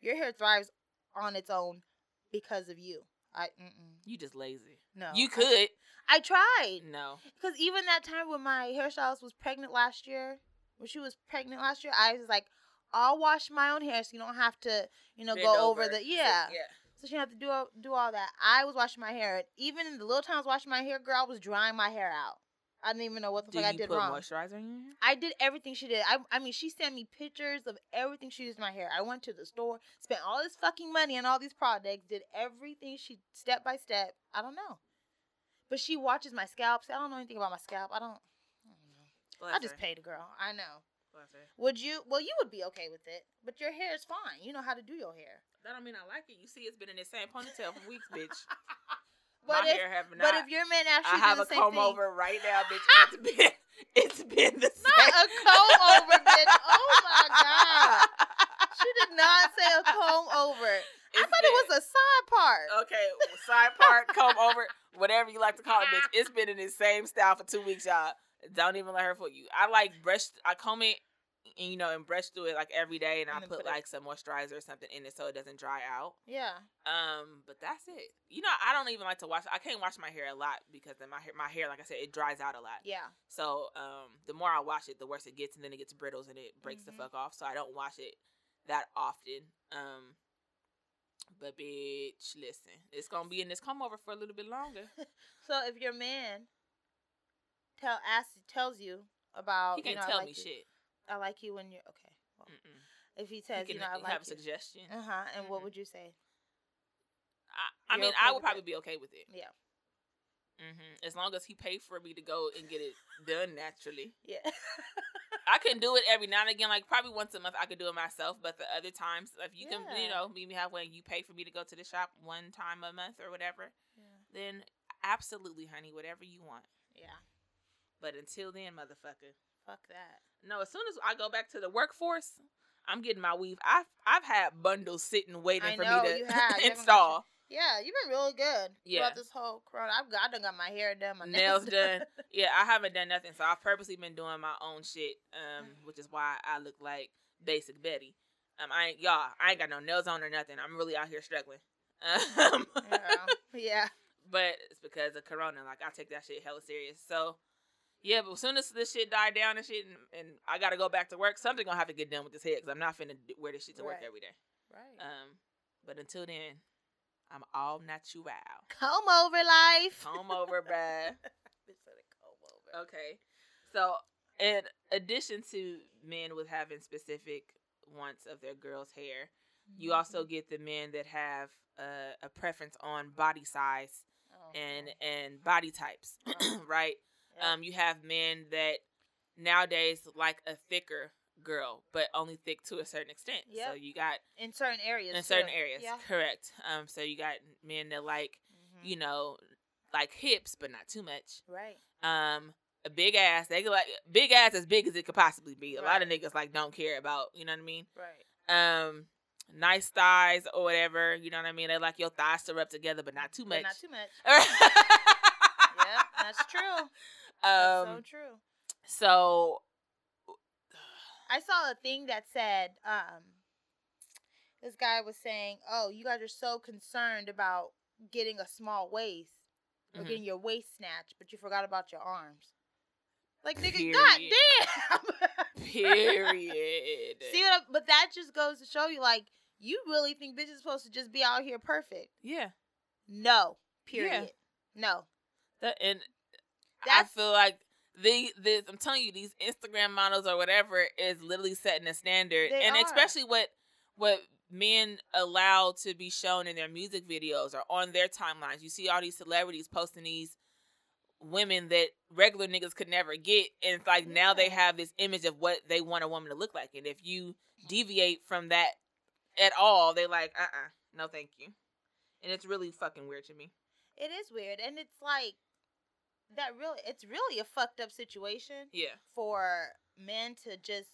S1: Your hair thrives on its own because of you. I mm-mm,
S2: You just lazy.
S1: no.
S2: you
S1: I-
S2: could
S1: I, tried
S2: no.
S1: because even that time when my hairstylist was pregnant last year, when she was pregnant last year, I was like, I'll wash my own hair, so you don't have to, you know,
S2: Bend
S1: go over, the
S2: Sit-
S1: yeah.
S2: yeah.
S1: So she didn't have to do all, do all that. I was washing my hair, and even in the little times washing my hair, girl, I was drying my hair out. I didn't even know what the
S2: Do
S1: fuck I
S2: you
S1: did
S2: put
S1: wrong.
S2: moisturizer in your hair?
S1: I did everything she did. I, I mean, she sent me pictures of everything she used in my hair. I went to the store, spent all this fucking money on all these products, did everything she step by step. I don't know. But she watches my scalp. See, I don't know anything about my scalp. I don't. I, don't know. I
S2: Bless her.
S1: just paid a girl. I know.
S2: Bless her.
S1: Would you? Well, you would be okay with it, but your hair is fine. You know how to do your hair.
S2: That don't mean I like it. You see, it's been in the same ponytail for weeks, bitch.
S1: But
S2: my
S1: if,
S2: hair have not.
S1: but if your man
S2: I
S1: actually
S2: have a
S1: do the same
S2: comb
S1: thing,
S2: over right now, bitch. It's been it's been the
S1: not
S2: same.
S1: a comb over, bitch. Oh my god. She did not say a comb over. I thought it was a side part.
S2: Okay, side part, comb over, whatever you like to call it, bitch. It's been in the same style for two weeks, y'all. Don't even let her fool you. I like brush. I comb it, and, you know, and brush through it like every day, and,
S1: And
S2: I
S1: then
S2: put,
S1: put it-
S2: like some moisturizer or something in it so it doesn't dry out.
S1: yeah.
S2: Um, but that's it. You know, I don't even like to wash. I can't wash my hair a lot because then my hair, my hair, like I said, it dries out a lot.
S1: Yeah.
S2: So um, the more I wash it, the worse it gets, and then it gets brittles and it breaks
S1: Mhm.
S2: the fuck off. So I don't wash it that often. Um, but bitch, listen, it's gonna be in this comb over for a little bit longer.
S1: So if your man tell asks tells you about
S2: he can't
S1: Oh, you know, I
S2: tell
S1: like
S2: me
S1: you,
S2: shit.
S1: I like you when you're okay. Well,
S2: Mm-mm.
S1: if he
S2: He
S1: says
S2: can
S1: you know I
S2: have
S1: like
S2: a
S1: you,
S2: suggestion.
S1: uh huh, and what
S2: Mhm.
S1: would you say?
S2: I, I
S1: You're
S2: mean,
S1: okay
S2: I would
S1: with
S2: probably
S1: it?
S2: be okay with it.
S1: Yeah.
S2: hmm As long as he paid for me to go and get it done naturally.
S1: Yeah.
S2: I can do it every now and again, like probably once a month. I could do it myself, but the other times, if you can,
S1: Yeah.
S2: you know, meet me halfway. You pay for me to go to the shop one time a month or whatever.
S1: yeah.
S2: Then absolutely, honey, whatever you want.
S1: Yeah.
S2: But until then, motherfucker.
S1: Fuck that.
S2: No, as soon as I go back to the workforce, I'm getting my weave. I've I've had bundles sitting waiting
S1: I
S2: for
S1: know,
S2: me to
S1: you have. You haven't got
S2: install.
S1: Yeah, you've been really good
S2: Yeah.
S1: throughout this whole corona. I've got, I done got my hair done, my
S2: Nails done. Yeah, I haven't done nothing, so I've purposely been doing my own shit, um,
S1: Mm-hmm.
S2: which is why I look like basic Betty. Um, I ain't y'all. I ain't got no nails on or nothing. I'm really out here struggling. Um,
S1: Girl. yeah.
S2: but it's because of Corona. Like I take that shit hella serious. So yeah, but as soon as this shit died down and shit, and, and I gotta go back to work, something gonna have to get done with this head because I'm not finna d- wear this shit to work
S1: Right.
S2: every day.
S1: Right.
S2: Um, but until then, I'm all natural.
S1: comb over life.
S2: Comb over, bruh.
S1: Bitch said a comb over.
S2: Okay. So, in addition to men with having specific wants of their girls' hair,
S1: Mm-hmm.
S2: you also get the men that have uh, a preference on body size
S1: Oh,
S2: and and body types,
S1: Right.
S2: right?
S1: yeah.
S2: Um, you have men that nowadays like a thicker girl, but only thick to a certain extent. So
S1: Yep.
S2: you got
S1: in certain areas.
S2: in certain
S1: too.
S2: areas,
S1: Yeah.
S2: correct? Um, so you got men that like
S1: Mhm.
S2: you know like hips, but not too much
S1: Right.
S2: um a big ass they could like big ass as big as it could possibly be a lot of
S1: Right.
S2: niggas like don't care about you know what i mean
S1: Right.
S2: um nice thighs or whatever you know what i mean they like your thighs to rub together but not too much
S1: But Not too much.
S2: yeah
S1: yeah, that's true. That's so
S2: um
S1: true.
S2: so
S1: I saw a thing that said, um, this guy was saying, "Oh, you guys are so concerned about getting a small waist or
S2: Mhm.
S1: getting your waist snatched, but you forgot about your arms." Like, nigga,
S2: Period.
S1: god damn.
S2: period
S1: See what? I, but that just goes to show you, like, you really think bitches supposed to just be out here perfect?
S2: Yeah.
S1: No. Period. No.
S2: That, and
S1: That's-
S2: I feel like the this I'm telling you these Instagram models or whatever is literally setting the standard,
S1: They
S2: and
S1: are.
S2: especially what what men allow to be shown in their music videos or on their timelines. You see all these celebrities posting these women that regular niggas could never get, and it's like now they
S1: Yeah.
S2: have this image of what they want a woman to look like, and if you deviate from that at all, they like uh uh no thank you, and it's really fucking weird to me.
S1: It is weird, and it's like that. Really, it's really a fucked up situation
S2: Yeah,
S1: for men to just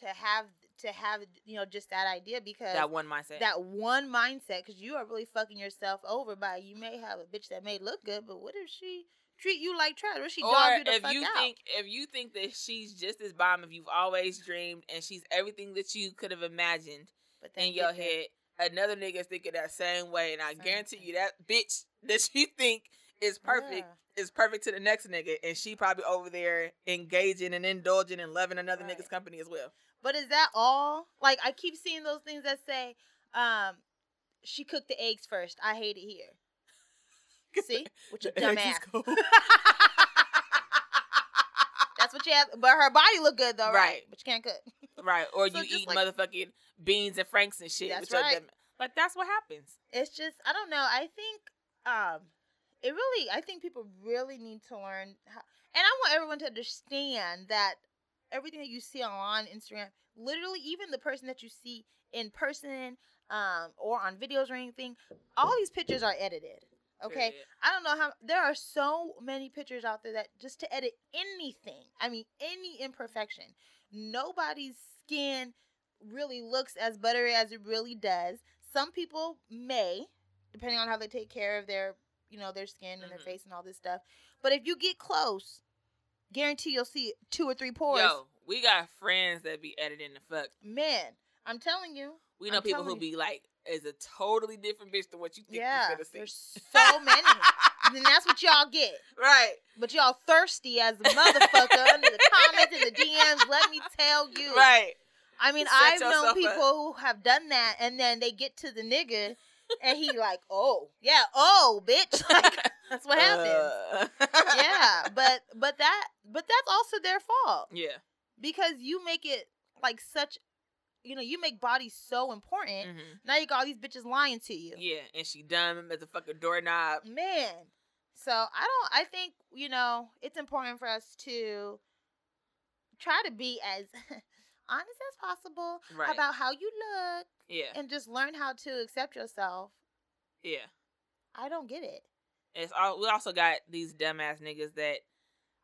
S1: to have to have you know just that idea because
S2: that one mindset.
S1: that one mindset because you are really fucking yourself over by you may have a bitch that may look good, but what if she treat you like trash? What if she
S2: or
S1: dog you the
S2: if
S1: fuck
S2: you
S1: out?
S2: think if you think that she's just as bomb if you've always dreamed and she's everything that you could have imagined
S1: but
S2: in
S1: get
S2: your
S1: there.
S2: head, another nigga's thinking that same way, and I
S1: Same
S2: guarantee
S1: thing.
S2: you that bitch that you think is perfect
S1: Yeah.
S2: is perfect to the next nigga, and she probably over there engaging and indulging and loving another
S1: Right.
S2: nigga's company as well.
S1: But is that all? Like I keep seeing those things that say, um, she cooked the eggs first. I hate it here. See? With your
S2: The
S1: dumb
S2: eggs is
S1: ass.
S2: cold.
S1: That's what you have. But her body look good though, right?
S2: Right.
S1: But you can't cook.
S2: right, or
S1: So
S2: you
S1: just
S2: eat
S1: like-
S2: motherfucking beans and franks and shit.
S1: That's
S2: with your
S1: right.
S2: dumb- Like that's what happens.
S1: It's just I don't know. I think um, it really. I think people really need to learn. How, and I want everyone to understand that everything that you see online, Instagram, literally even the person that you see in person um, or on videos or anything, all these pictures are edited. Okay,
S2: Period.
S1: I don't know how there are so many pictures out there that just to edit anything, I mean any imperfection, nobody's skin really looks as buttery as it really does. Some people may, depending on how they take care of their, you know, their skin and their
S2: Mhm.
S1: face and all this stuff. But if you get close, guarantee you'll see two or three pores.
S2: Yo, we got friends that be editing the fuck.
S1: Man, I'm telling you,
S2: We know
S1: I'm
S2: people who
S1: telling you.
S2: be like, is a totally different bitch than what you think
S1: yeah,
S2: you're gonna see.
S1: there's so many. and that's what y'all get.
S2: right,
S1: But y'all thirsty as a motherfucker under the comments and the DMs. Let me tell you.
S2: right.
S1: I mean,
S2: Set
S1: I've known
S2: yourself
S1: people who have done that, and then they get to the nigga, and he like, oh yeah, oh bitch, like, that's what happens.
S2: Uh,
S1: yeah, but but that but that's also their fault
S2: yeah,
S1: because you make it like such, you know, you make bodies so important.
S2: mhm.
S1: Now you got all these bitches lying to you.
S2: yeah. And she dumb as a fucking doorknob.
S1: man so i don't i think you know it's important for us to try to be as honest as possible
S2: Right.
S1: about how you look
S2: yeah,
S1: and just learn how to accept yourself
S2: yeah.
S1: i don't get it
S2: It's all. We also got these dumbass niggas that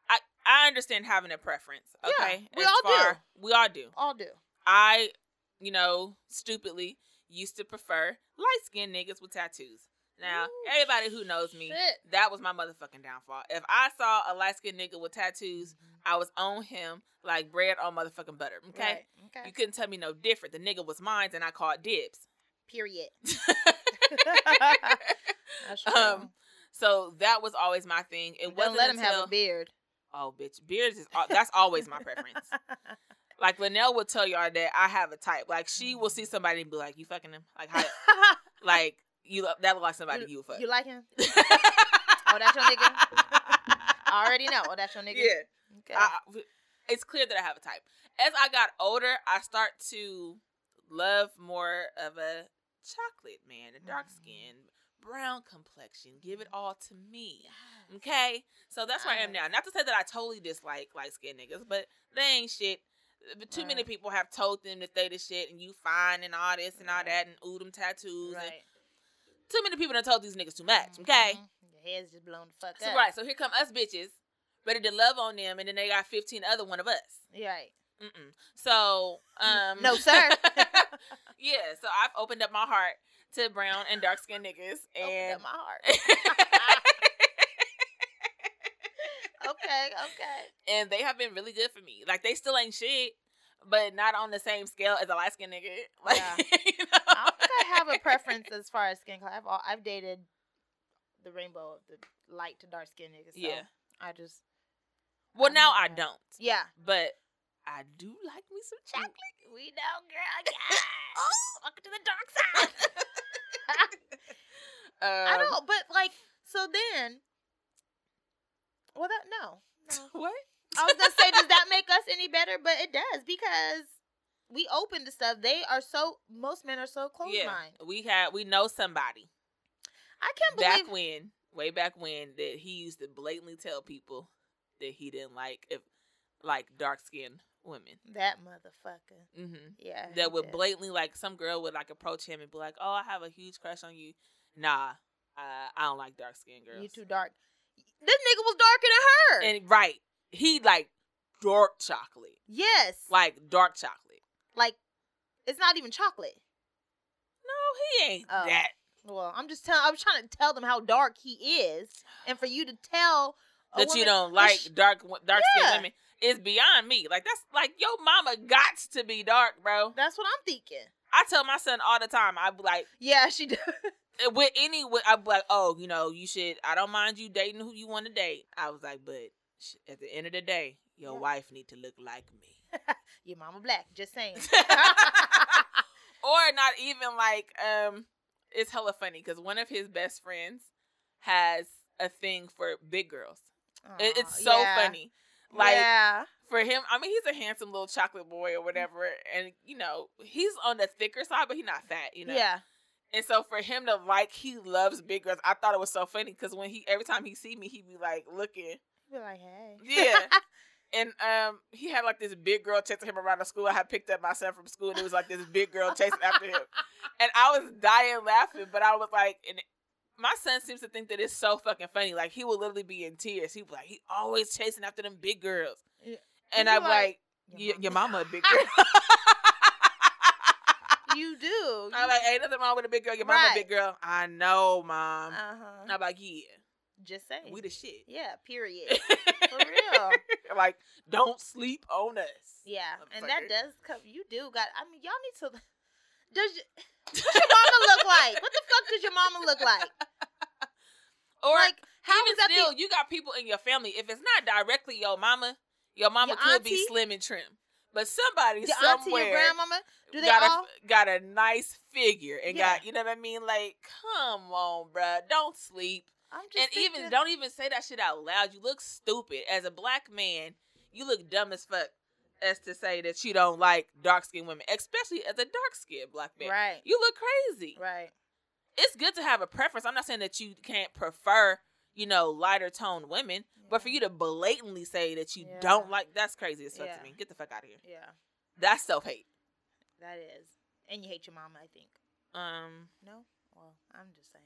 S2: I I understand having a preference.
S1: Yeah,
S2: Okay,
S1: we all do.
S2: We all do.
S1: all do
S2: I, you know, stupidly used to prefer light skinned niggas with tattoos. Now,
S1: Ooh,
S2: everybody who knows me,
S1: shit.
S2: that was my motherfucking downfall. If I saw a light skinned nigga with tattoos,
S1: Mm-hmm.
S2: I was on him like bread on motherfucking butter. Okay.
S1: Right, okay
S2: You couldn't tell me no different. The nigga was mine and I called dibs.
S1: period That's true.
S2: Um, so that was always my thing. It
S1: don't
S2: wasn't
S1: let him have
S2: until-
S1: a beard
S2: Oh, bitch, beards is al- that's always my preference. Like Linnell will tell y'all that I have a type. Like she will
S1: Mm-hmm.
S2: see somebody and be like, "You fucking him?" Like, how, like you lo- that look like somebody you, would fuck.
S1: you like him oh that's your nigga i already know oh that's your nigga
S2: yeah,
S1: okay
S2: I- I- it's clear that I have a type. As I got older, I start to love more of a chocolate man, a dark
S1: Mm.
S2: skin, brown complexion. Give it all to me.
S1: Yeah.
S2: Okay, so that's where I am
S1: Nice.
S2: now. Not to say that I totally dislike light skinned niggas, but they ain't shit. But too many
S1: Right.
S2: people have told them that they the shit, and you fine and all this and all
S1: Right.
S2: that, and ooh them tattoos. And
S1: right
S2: too many people have told these niggas too much. Okay,
S1: Mhm. Your head's just blown the fuck
S2: so
S1: up.
S2: right. So here come us bitches, ready to love on them, and then they got fifteen other one of us.
S1: You're right.
S2: Mm-mm. So, um,
S1: No, sir.
S2: yeah. So I've opened up my heart to brown and dark skinned niggas,
S1: Opened
S2: and
S1: up my heart. okay, okay.
S2: and they have been really good for me. Like they still ain't shit, but not on the same scale as a light skinned nigga. Like,
S1: Yeah.
S2: you know?
S1: I don't think I have a preference as far as skin color. I've all, I've dated the rainbow of the light to dark skin niggas. So
S2: Yeah.
S1: I just
S2: Well, now
S1: I'm
S2: I
S1: not-
S2: don't,
S1: yeah.
S2: but I do like me some
S1: Mm,
S2: chocolate.
S1: We know, girl. Yes. Welcome to the dark side.
S2: Um,
S1: I don't, but like, so then, well, that no.
S2: What?
S1: I was gonna say, does that make us any better? But it does because we open to stuff. They are so most men are so closed
S2: yeah,
S1: minded.
S2: we had we know somebody
S1: I can't
S2: back
S1: believe
S2: when, way back when, that he used to blatantly tell people that he didn't like if like dark skinned women.
S1: that motherfucker.
S2: hmm
S1: Yeah, he
S2: That would
S1: did.
S2: blatantly like some girl would like approach him and be like, "Oh, I have a huge crush on you." Nah, uh, I don't like dark skinned girls.
S1: You too dark. This nigga was darker than her.
S2: And right, he like dark chocolate,
S1: yes, like,
S2: like dark chocolate.
S1: it's not even chocolate.
S2: No, he ain't
S1: Oh.
S2: that.
S1: Well, I'm just telling. I'm trying to tell them how dark he is, and for you to tell a
S2: that you
S1: woman-
S2: don't like
S1: sh-
S2: dark dark
S1: Yeah.
S2: skinned women is beyond me. Like that's like your mama got to be dark, bro.
S1: That's what I'm thinking.
S2: I tell my son all the time. I be like
S1: Yeah, she does.
S2: Uh, with any with I be like oh you know you should. I don't mind you dating who you want to date. I was like, but sh- at the end of the day, your
S1: Yeah.
S2: wife need to look like me.
S1: Your mama black. Just saying.
S2: or not even like um it's hella funny because one of his best friends has a thing for big girls It- it's so
S1: Aw, yeah.
S2: funny like
S1: yeah.
S2: for him i mean he's a handsome little chocolate boy or whatever and you know he's on the thicker side but he's not fat you know
S1: yeah.
S2: and so for him to like he loves big girls i thought it was so funny because when he every time he see me he be like looking
S1: Be like, hey.
S2: Yeah. and um he had like this big girl chasing him around the school i had picked up my son from school and it was like this big girl chasing after him and I was dying laughing, but I was like, and my son seems to think that it's so fucking funny. Like he will literally be in tears. He was like, he always chasing after them big girls,
S1: Yeah.
S2: and
S1: You
S2: I'm like,
S1: like,
S2: "Y-
S1: mama-
S2: your mama a big girl.
S1: you do.
S2: I'm like, ain't nothing wrong with a big girl. Your mama a big girl. I know, mom.
S1: uh huh.
S2: I'm like, yeah,
S1: Just saying.
S2: we the shit.
S1: yeah. Period. For real.
S2: like, don't sleep on us.
S1: Yeah, and that
S2: Motherfucker.
S1: does come. You do got. I mean, y'all need to. Does y- what's your mama look like? What the fuck does your mama look like?
S2: Or
S1: like how
S2: even
S1: is that
S2: still,
S1: the,
S2: you got people in your family. If it's not directly your mama, your mama
S1: Your
S2: could be
S1: auntie?
S2: slim and trim. But somebody
S1: your auntie,
S2: somewhere
S1: your grandmama? Do they
S2: got
S1: all?
S2: a got a nice figure and
S1: Yeah.
S2: got you know what I mean. Like, come on, bruh. don't sleep.
S1: I'm just
S2: and even
S1: thinking-
S2: don't even say that shit out loud. You look stupid as a black man. You look dumb as fuck as to say that you don't like dark skinned women, especially as a dark skinned black man.
S1: right,
S2: You look crazy
S1: right,
S2: it's good to have a preference. I'm not saying that you can't prefer, you know, lighter toned women, but for you to blatantly say that you
S1: Yeah.
S2: don't like that's crazy as fuck
S1: Yeah.
S2: to me. Get the fuck out of here.
S1: yeah,
S2: That's self hate.
S1: that is. And you hate your mama, I think.
S2: Um.
S1: No, well, I'm just saying.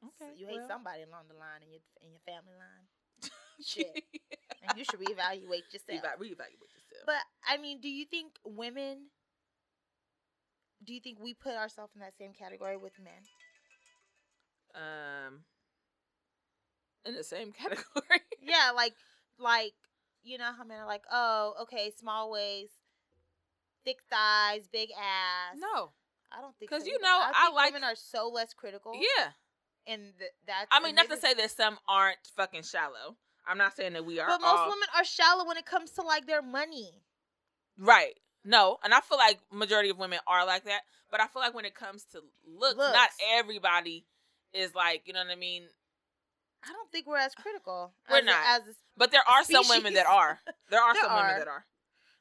S1: So
S2: Okay.
S1: you hate
S2: well.
S1: somebody along the line in your in your family line, Shit. and you should reevaluate yourself.
S2: Reeva- reevaluate yourself.
S1: But I mean, do you think women? Do you think we put ourselves in that same category with men?
S2: um. In the same category.
S1: yeah, like like you know how men are like, oh, okay, small waist, thick thighs, big ass.
S2: no.
S1: I don't think
S2: 'cause
S1: so
S2: you
S1: either.
S2: know,
S1: I,
S2: I
S1: think
S2: like-
S1: women are so less critical.
S2: Yeah.
S1: and th- that's
S2: I mean,
S1: and
S2: not to
S1: this is-
S2: say that some aren't fucking shallow. I'm not saying that we are.
S1: but most
S2: all,
S1: women are shallow when it comes to like their money.
S2: Right. No, and I feel like majority of women are like that. But I feel like when it comes to looks, not
S1: Looks.
S2: everybody is like, you know what I mean?
S1: I don't think we're as critical.
S2: We're
S1: as a-
S2: not.
S1: as a,
S2: But there are some women
S1: Species.
S2: that are. There are
S1: There
S2: some
S1: are.
S2: women that are.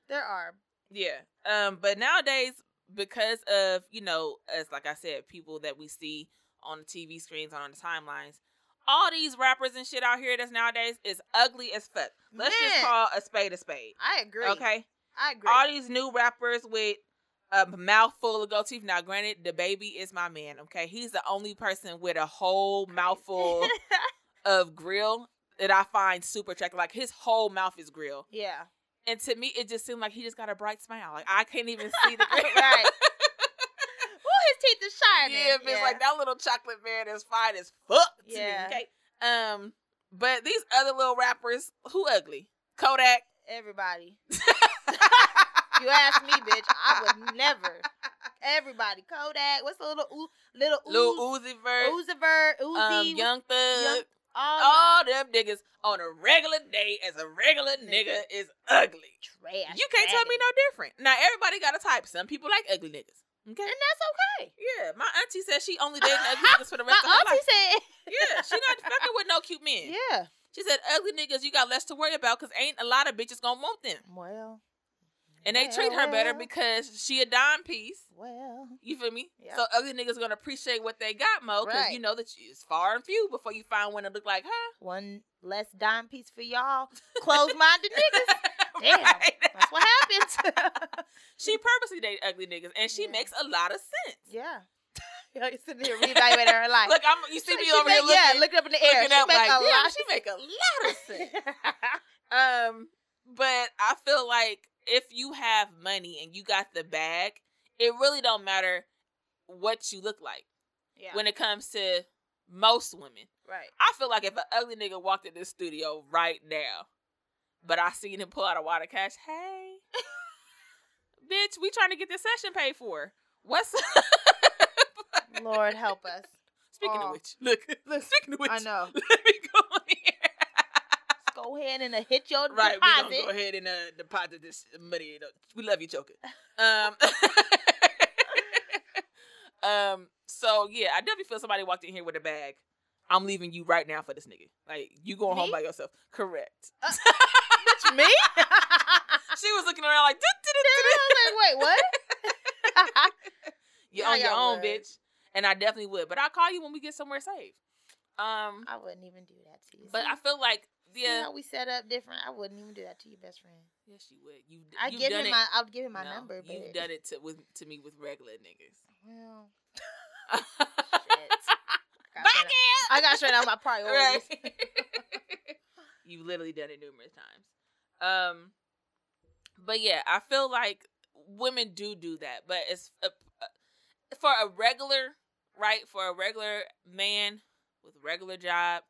S1: there are.
S2: Yeah. Um, but nowadays, because of, you know, as like I said, people that we see on the TV screens, on the timelines, all these rappers and shit out here that's nowadays is ugly as fuck. Let's
S1: Men.
S2: just call a spade a spade.
S1: I agree.
S2: Okay.
S1: I agree.
S2: all these new rappers with a mouthful of gold teeth. Now, granted, the baby is my man. Okay, he's the only person with a whole mouthful of grill that I find super attractive. Like his whole mouth is grill,
S1: yeah.
S2: and to me, it just seemed like he just got a bright smile. Like I can't even see the grill.
S1: right. Woo, his teeth is shining.
S2: Yeah, it's like that little chocolate man is fine as fuck to
S1: Yeah.
S2: me. Okay, um, but these other little rappers who ugly Kodak.
S1: Everybody. You ask me, bitch. I would never. Everybody. Kodak. What's the little ooh, little ooze,
S2: Lil Uzi Vert,
S1: Uzi Vert, Uzi.
S2: um, Young Thug.
S1: Young- Oh,
S2: All them niggas on a regular day as a regular nigga is ugly.
S1: trash.
S2: You can't tell me no different. Now everybody got a type. Some people like ugly niggas. Okay.
S1: And that's okay.
S2: Yeah, my auntie says she only dating ugly niggas for the rest of
S1: My
S2: her
S1: auntie
S2: life.
S1: said,
S2: Yeah, she not fucking with no cute men.
S1: yeah.
S2: She said ugly niggas you got less to worry about because ain't a lot of bitches gonna want them.
S1: Well.
S2: And they
S1: well,
S2: treat her better
S1: well,
S2: because she a dime piece.
S1: Well.
S2: You feel me?
S1: Yeah.
S2: So ugly niggas gonna appreciate what they got mo because
S1: Right.
S2: you know that you- it's far and few before you find one that look like her.
S1: One less dime piece for y'all. Close minded niggas. Damn.
S2: Right?
S1: That's what happens.
S2: She purposely date ugly niggas and she
S1: Mm-hmm. Yeah.
S2: makes a lot of sense.
S1: yeah. You're sitting here reevaluating her life.
S2: Look, I'm you see
S1: She-
S2: me
S1: she
S2: over here
S1: make-
S2: looking,
S1: Yeah, looking up in the air.
S2: looking
S1: She
S2: up
S1: make
S2: like,
S1: a
S2: "Damn,
S1: lot.
S2: she make a lot of sense.
S1: yeah.
S2: Um, but I feel like if you have money and you got the bag, it really don't matter what you look like when it comes to most women.
S1: right.
S2: I feel like if an ugly nigga walked in this studio right now, but I seen him pull out a wad of cash, hey, bitch, we trying to get this session paid for. What's up?
S1: Lord help us.
S2: Speaking
S1: Aw.
S2: of which, look, look, speaking of which,
S1: Oh. I know.
S2: let me go on here.
S1: Go ahead and uh, hit your
S2: Right, we're
S1: deposit.
S2: gonna go ahead and uh, deposit this money. in a- We love you, Joker. Um, um. So yeah, I definitely feel somebody walked in here with a bag. I'm leaving you right now for this nigga. Like you going home
S1: Me?
S2: by yourself. Correct.
S1: Bitch, me? I
S2: She was looking around like, "Dut, dut, dut, dut, dut."
S1: was like, wait, what?
S2: you
S1: Yeah,
S2: on your
S1: y'all
S2: own,
S1: would.
S2: bitch. And I definitely would, but I'll call you when we get somewhere safe. Um,
S1: I wouldn't even do that to you.
S2: but
S1: See-
S2: I feel like
S1: see
S2: yeah,
S1: how we set up different. I wouldn't even do that to your best friend.
S2: yes, you would. You
S1: I
S2: you've
S1: give
S2: done
S1: him
S2: it.
S1: my. I'll give him my
S2: no,
S1: number. But
S2: You've done it to with to me with regular niggas.
S1: Well,
S2: Back
S1: I got straight- I got straight out my
S2: in!
S1: priorities.
S2: Right. You've literally done it numerous times. Um, but yeah, I feel like women do do that, but it's a, a- for a regular, right? For a regular man with a regular job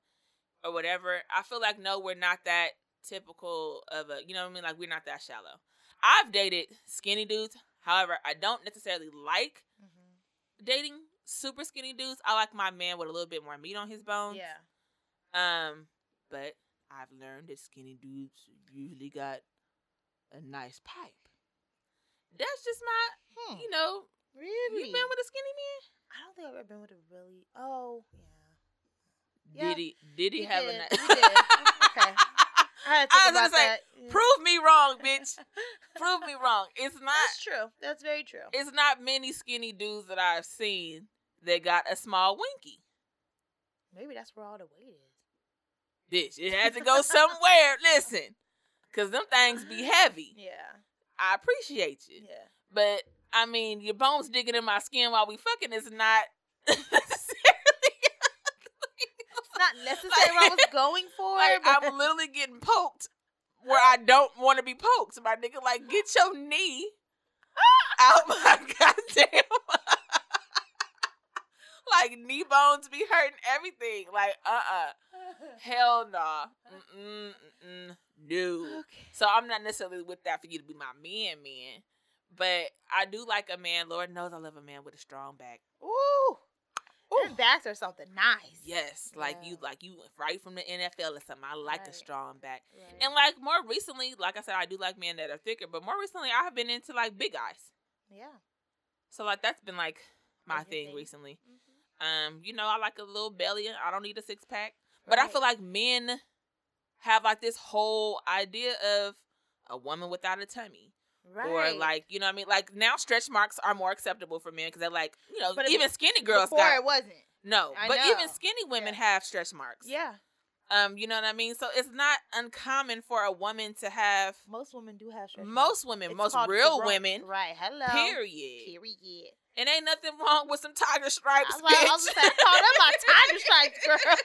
S2: or whatever. I feel like no, we're not that typical of a. You know what I mean? Like we're not that shallow. I've dated skinny dudes. However, I don't necessarily like
S1: Mhm.
S2: dating super skinny dudes. I like my man with a little bit more meat on his bones.
S1: Yeah.
S2: Um, but I've learned that skinny dudes usually got a nice pipe. That's just my,
S1: Hmm.
S2: you know,
S1: Really?
S2: you been with a skinny man?
S1: I don't think I've ever been with a really. Oh, yeah. Yeah.
S2: Did he? Did he,
S1: He
S2: have
S1: did.
S2: a nice?
S1: He did. Okay. I had to
S2: I
S1: think
S2: was gonna
S1: about
S2: say,
S1: that. Mm. Yeah.
S2: Prove me wrong, bitch. Prove me wrong. It's not.
S1: That's true. That's very true.
S2: It's not many skinny dudes that I've seen that got a small winky.
S1: Maybe that's where all the weight is.
S2: Bitch, it had to go somewhere. Listen, cause them things be heavy.
S1: Yeah.
S2: I appreciate you.
S1: Yeah.
S2: But I mean, your bones digging in my skin while we fucking is not necessarily
S1: It's not necessarily what I was going for.
S2: like
S1: but
S2: I'm literally getting poked where I don't want to be poked. My nigga, like get your knee out my goddamn. like knee bones be hurting everything. Like uh uh hell nah, mm mm no.
S1: okay.
S2: So I'm not necessarily with that for you to be my man, man. But I do like a man. Lord knows I love a man with a strong back.
S1: Ooh. Them backs are something nice.
S2: Yes, like you,
S1: Yeah.
S2: like you, right from the NFL or something. I like a
S1: Right.
S2: strong back.
S1: Right.
S2: And like more recently, like I said, I do like men that are thicker. But more recently, I have been into like big eyes.
S1: yeah.
S2: So like that's been like my
S1: That's your
S2: thing,
S1: thing.
S2: recently.
S1: Mhm.
S2: Um, you know, I like a little belly. I don't need a six pack. But I
S1: Right.
S2: feel like men have like this whole idea of a woman without a tummy.
S1: right.
S2: Or like, you know what I mean? Like now stretch marks are more acceptable for men because they're like, you know,
S1: But I mean,
S2: even skinny girls
S1: Before
S2: got
S1: it wasn't.
S2: no.
S1: I
S2: but even
S1: know.
S2: skinny women
S1: Yeah.
S2: have stretch marks.
S1: Yeah.
S2: Um, you know what I mean? So it's not uncommon for a woman to have
S1: Most women do have stretch marks.
S2: most women,
S1: Mm-hmm.
S2: most
S1: It's called
S2: real
S1: growth.
S2: women,
S1: Right. Hello.
S2: period.
S1: Period.
S2: And ain't nothing wrong with some tiger stripes.
S1: I was like, I was
S2: bitch.
S1: just like, oh, that my tiger stripes, girl.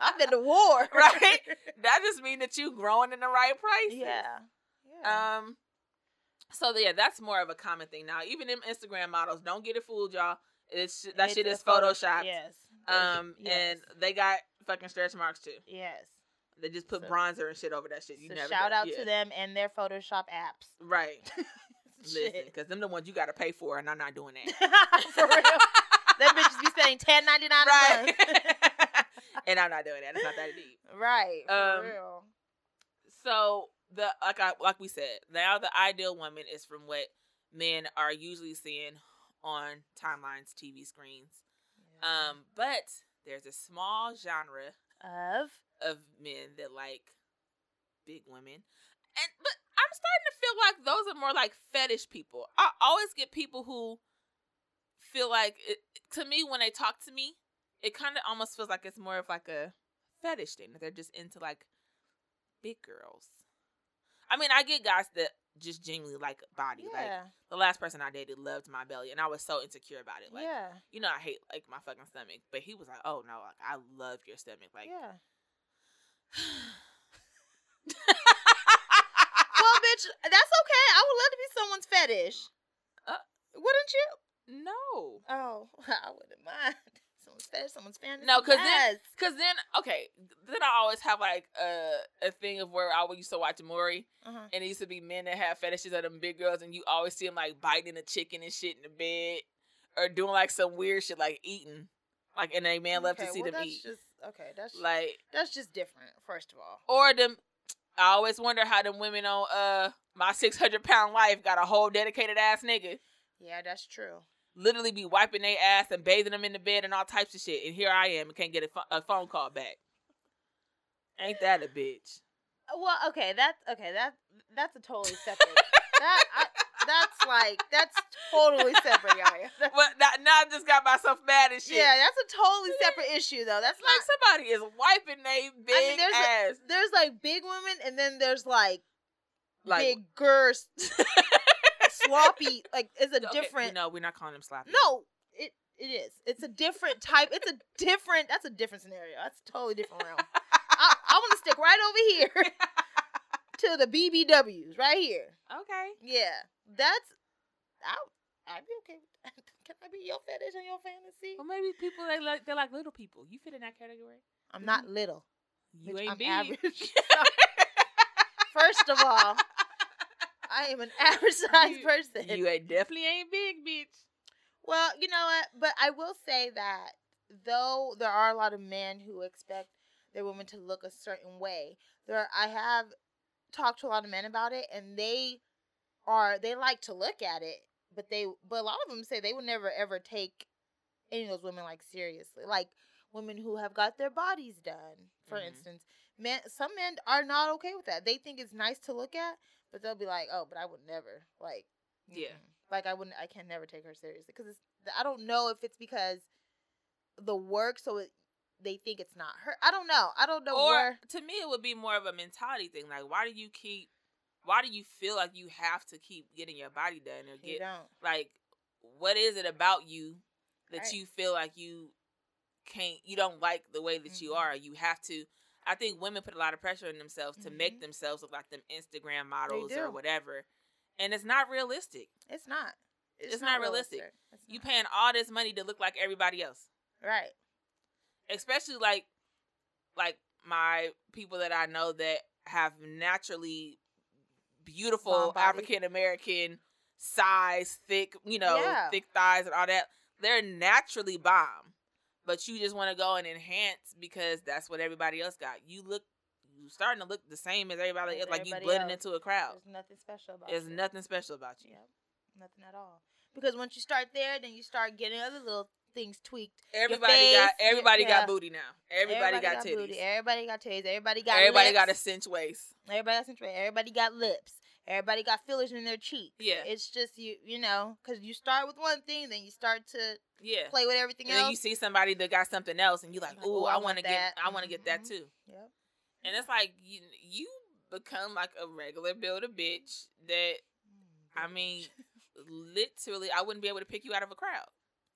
S1: I'm in the war.
S2: Right? that just means that you growing in the right place.
S1: Yeah. Yeah.
S2: Um. So yeah, that's more of a common thing now. Even them Instagram models, don't get it fooled, y'all. It's that
S1: It's
S2: shit
S1: a
S2: is
S1: photo-
S2: photoshopped.
S1: Yes.
S2: Um,
S1: Yes.
S2: and they got fucking stretch marks too.
S1: yes.
S2: They just put
S1: So-
S2: bronzer and shit over that shit. You
S1: So
S2: never
S1: shout
S2: done-
S1: out
S2: yeah.
S1: to them and their Photoshop apps.
S2: Right. Listen,
S1: Shit.
S2: because them the ones you got to pay for, and I'm not doing that.
S1: For real. Them bitches be spending ten ninety nine a
S2: right.
S1: month.
S2: and I'm not doing that. It's not that deep.
S1: Right. for
S2: Um,
S1: real.
S2: So the like I like we said, now the ideal woman is from what men are usually seeing on timelines, TV screens.
S1: Yeah.
S2: Um, but there's a small genre
S1: of
S2: of men that like big women. And but I'm starting to feel like those are more like fetish people. I always get people who feel like it, to me when they talk to me, it kind of almost feels like it's more of like a fetish thing. that They're just into like big girls. I mean, I get guys that just genuinely like body. Like
S1: yeah,
S2: the last person I dated loved my belly, and I was so insecure about it. Like
S1: yeah,
S2: you know, I hate like my fucking stomach, but he was like, "Oh no, like I love your stomach." Like
S1: yeah. Well,
S2: well,
S1: bitch, that's okay. I would love to be someone's fetish.
S2: Uh,
S1: wouldn't you?
S2: no,
S1: Oh, I wouldn't mind. Someone's fetish, someone's fantasy.
S2: No, 'cause then-
S1: yes.
S2: because then okay, then I always have like a a thing of where I used to watch Maury,
S1: Uh-huh.
S2: and it used to be men that have fetishes of them big girls, and you always see them like biting a chicken and shit in the bed, or doing like some weird shit like eating, like and a man love to
S1: Okay,
S2: see
S1: well,
S2: them
S1: that's
S2: eat,
S1: Just, okay, that's
S2: like
S1: that's just different. First of all,
S2: or them. I always wonder how them women on uh my six hundred pound wife got a whole dedicated ass nigga.
S1: yeah, that's true.
S2: literally be wiping their ass and bathing them in the bed and all types of shit. And here I am and can't get a, pho- a phone call back. Ain't that a bitch?
S1: Uh, Well, okay, that's okay. That that's a totally separate. that I, that's like that's totally separate, Yaya. That's-
S2: Well, now, now I just got myself mad and shit.
S1: yeah, that's a totally separate issue, though. That's
S2: It's like
S1: not.
S2: somebody is wiping their big
S1: there's a-
S2: ass.
S1: There's like big women, and then there's like,
S2: like,
S1: big girls, sloppy. Like it's a
S2: okay,
S1: different.
S2: No, we're not calling them sloppy.
S1: No, it it is. It's a different type. It's a different. That's a different scenario. That's a totally different realm. I, I want to stick right over here to the BBWs right here.
S2: Okay.
S1: Yeah, that's. I I'd be okay with that. Can I be your fetish and your fantasy?
S2: Well, maybe people they like they're like little people. You fit in that category.
S1: I'm not little.
S2: You
S1: bitch,
S2: ain't
S1: I'm
S2: big.
S1: average. First of all, I am an average sized
S2: You-
S1: person.
S2: you ain't definitely ain't big, bitch.
S1: Well, you know what? But I will say that though there are a lot of men who expect their women to look a certain way, there I have talked to a lot of men about it, and they are they like to look at it, but they but a lot of them say they would never ever take any of those women like seriously, like women who have got their bodies done, for
S2: Mhm.
S1: instance. Men, some men are not okay with that. They think it's nice to look at, but they'll be like, "Oh, but I would never like."
S2: Yeah.
S1: mm-mm. Like I wouldn't. I can never take her seriously because it's. I don't know if it's because the work, so it, they think it's not her. I don't know. I don't know
S2: or
S1: where.
S2: to me it would be more of a mentality thing like why do you keep why do you feel like you have to keep getting your body done or get
S1: You don't.
S2: like what is it about you that
S1: Right.
S2: you feel like you can't you don't like the way that you
S1: Mhm.
S2: are you have to i think women put a lot of pressure on themselves to make
S1: Mhm.
S2: themselves look like them instagram models or
S1: do.
S2: whatever and it's not realistic
S1: It's not.
S2: It's not realistic.
S1: It's
S2: you
S1: not.
S2: paying all this money to look like everybody else
S1: right.
S2: especially like like my people that I know that have naturally
S1: Long
S2: beautiful
S1: body.
S2: African American size, thick, you know,
S1: Yeah.
S2: thick thighs and all that. They're naturally bomb. But you just want to go and enhance because that's what everybody else got. You look you starting to look the same as everybody
S1: As
S2: else, like you
S1: everybody
S2: blending
S1: else.
S2: into a crowd.
S1: There's nothing special about.
S2: Oh. There's
S1: it.
S2: nothing special about you.
S1: Yep. Nothing at all. Because once you start there, then you start getting other little things tweaked.
S2: Everybody
S1: face,
S2: got
S1: your-
S2: everybody
S1: yeah.
S2: got booty now. Everybody, got titties.
S1: booty. Everybody got titties. Everybody got.
S2: everybody
S1: lips.
S2: got a cinch waist.
S1: Everybody got sensual. Everybody got lips. Everybody got fillers in their cheek.
S2: Yeah.
S1: It's just you, you know, because you start with one thing, then you start to
S2: Yeah.
S1: play with everything
S2: and then
S1: else.
S2: you see somebody that got something else, and you're like,
S1: Like,
S2: "Ooh,
S1: ooh, I
S2: I,
S1: want
S2: want to get,
S1: that."
S2: I want to get that
S1: Mhm.
S2: too."
S1: Yep.
S2: And it's like you, you become like a regular builder bitch that I mean, literally, I wouldn't be able to pick you out of a crowd.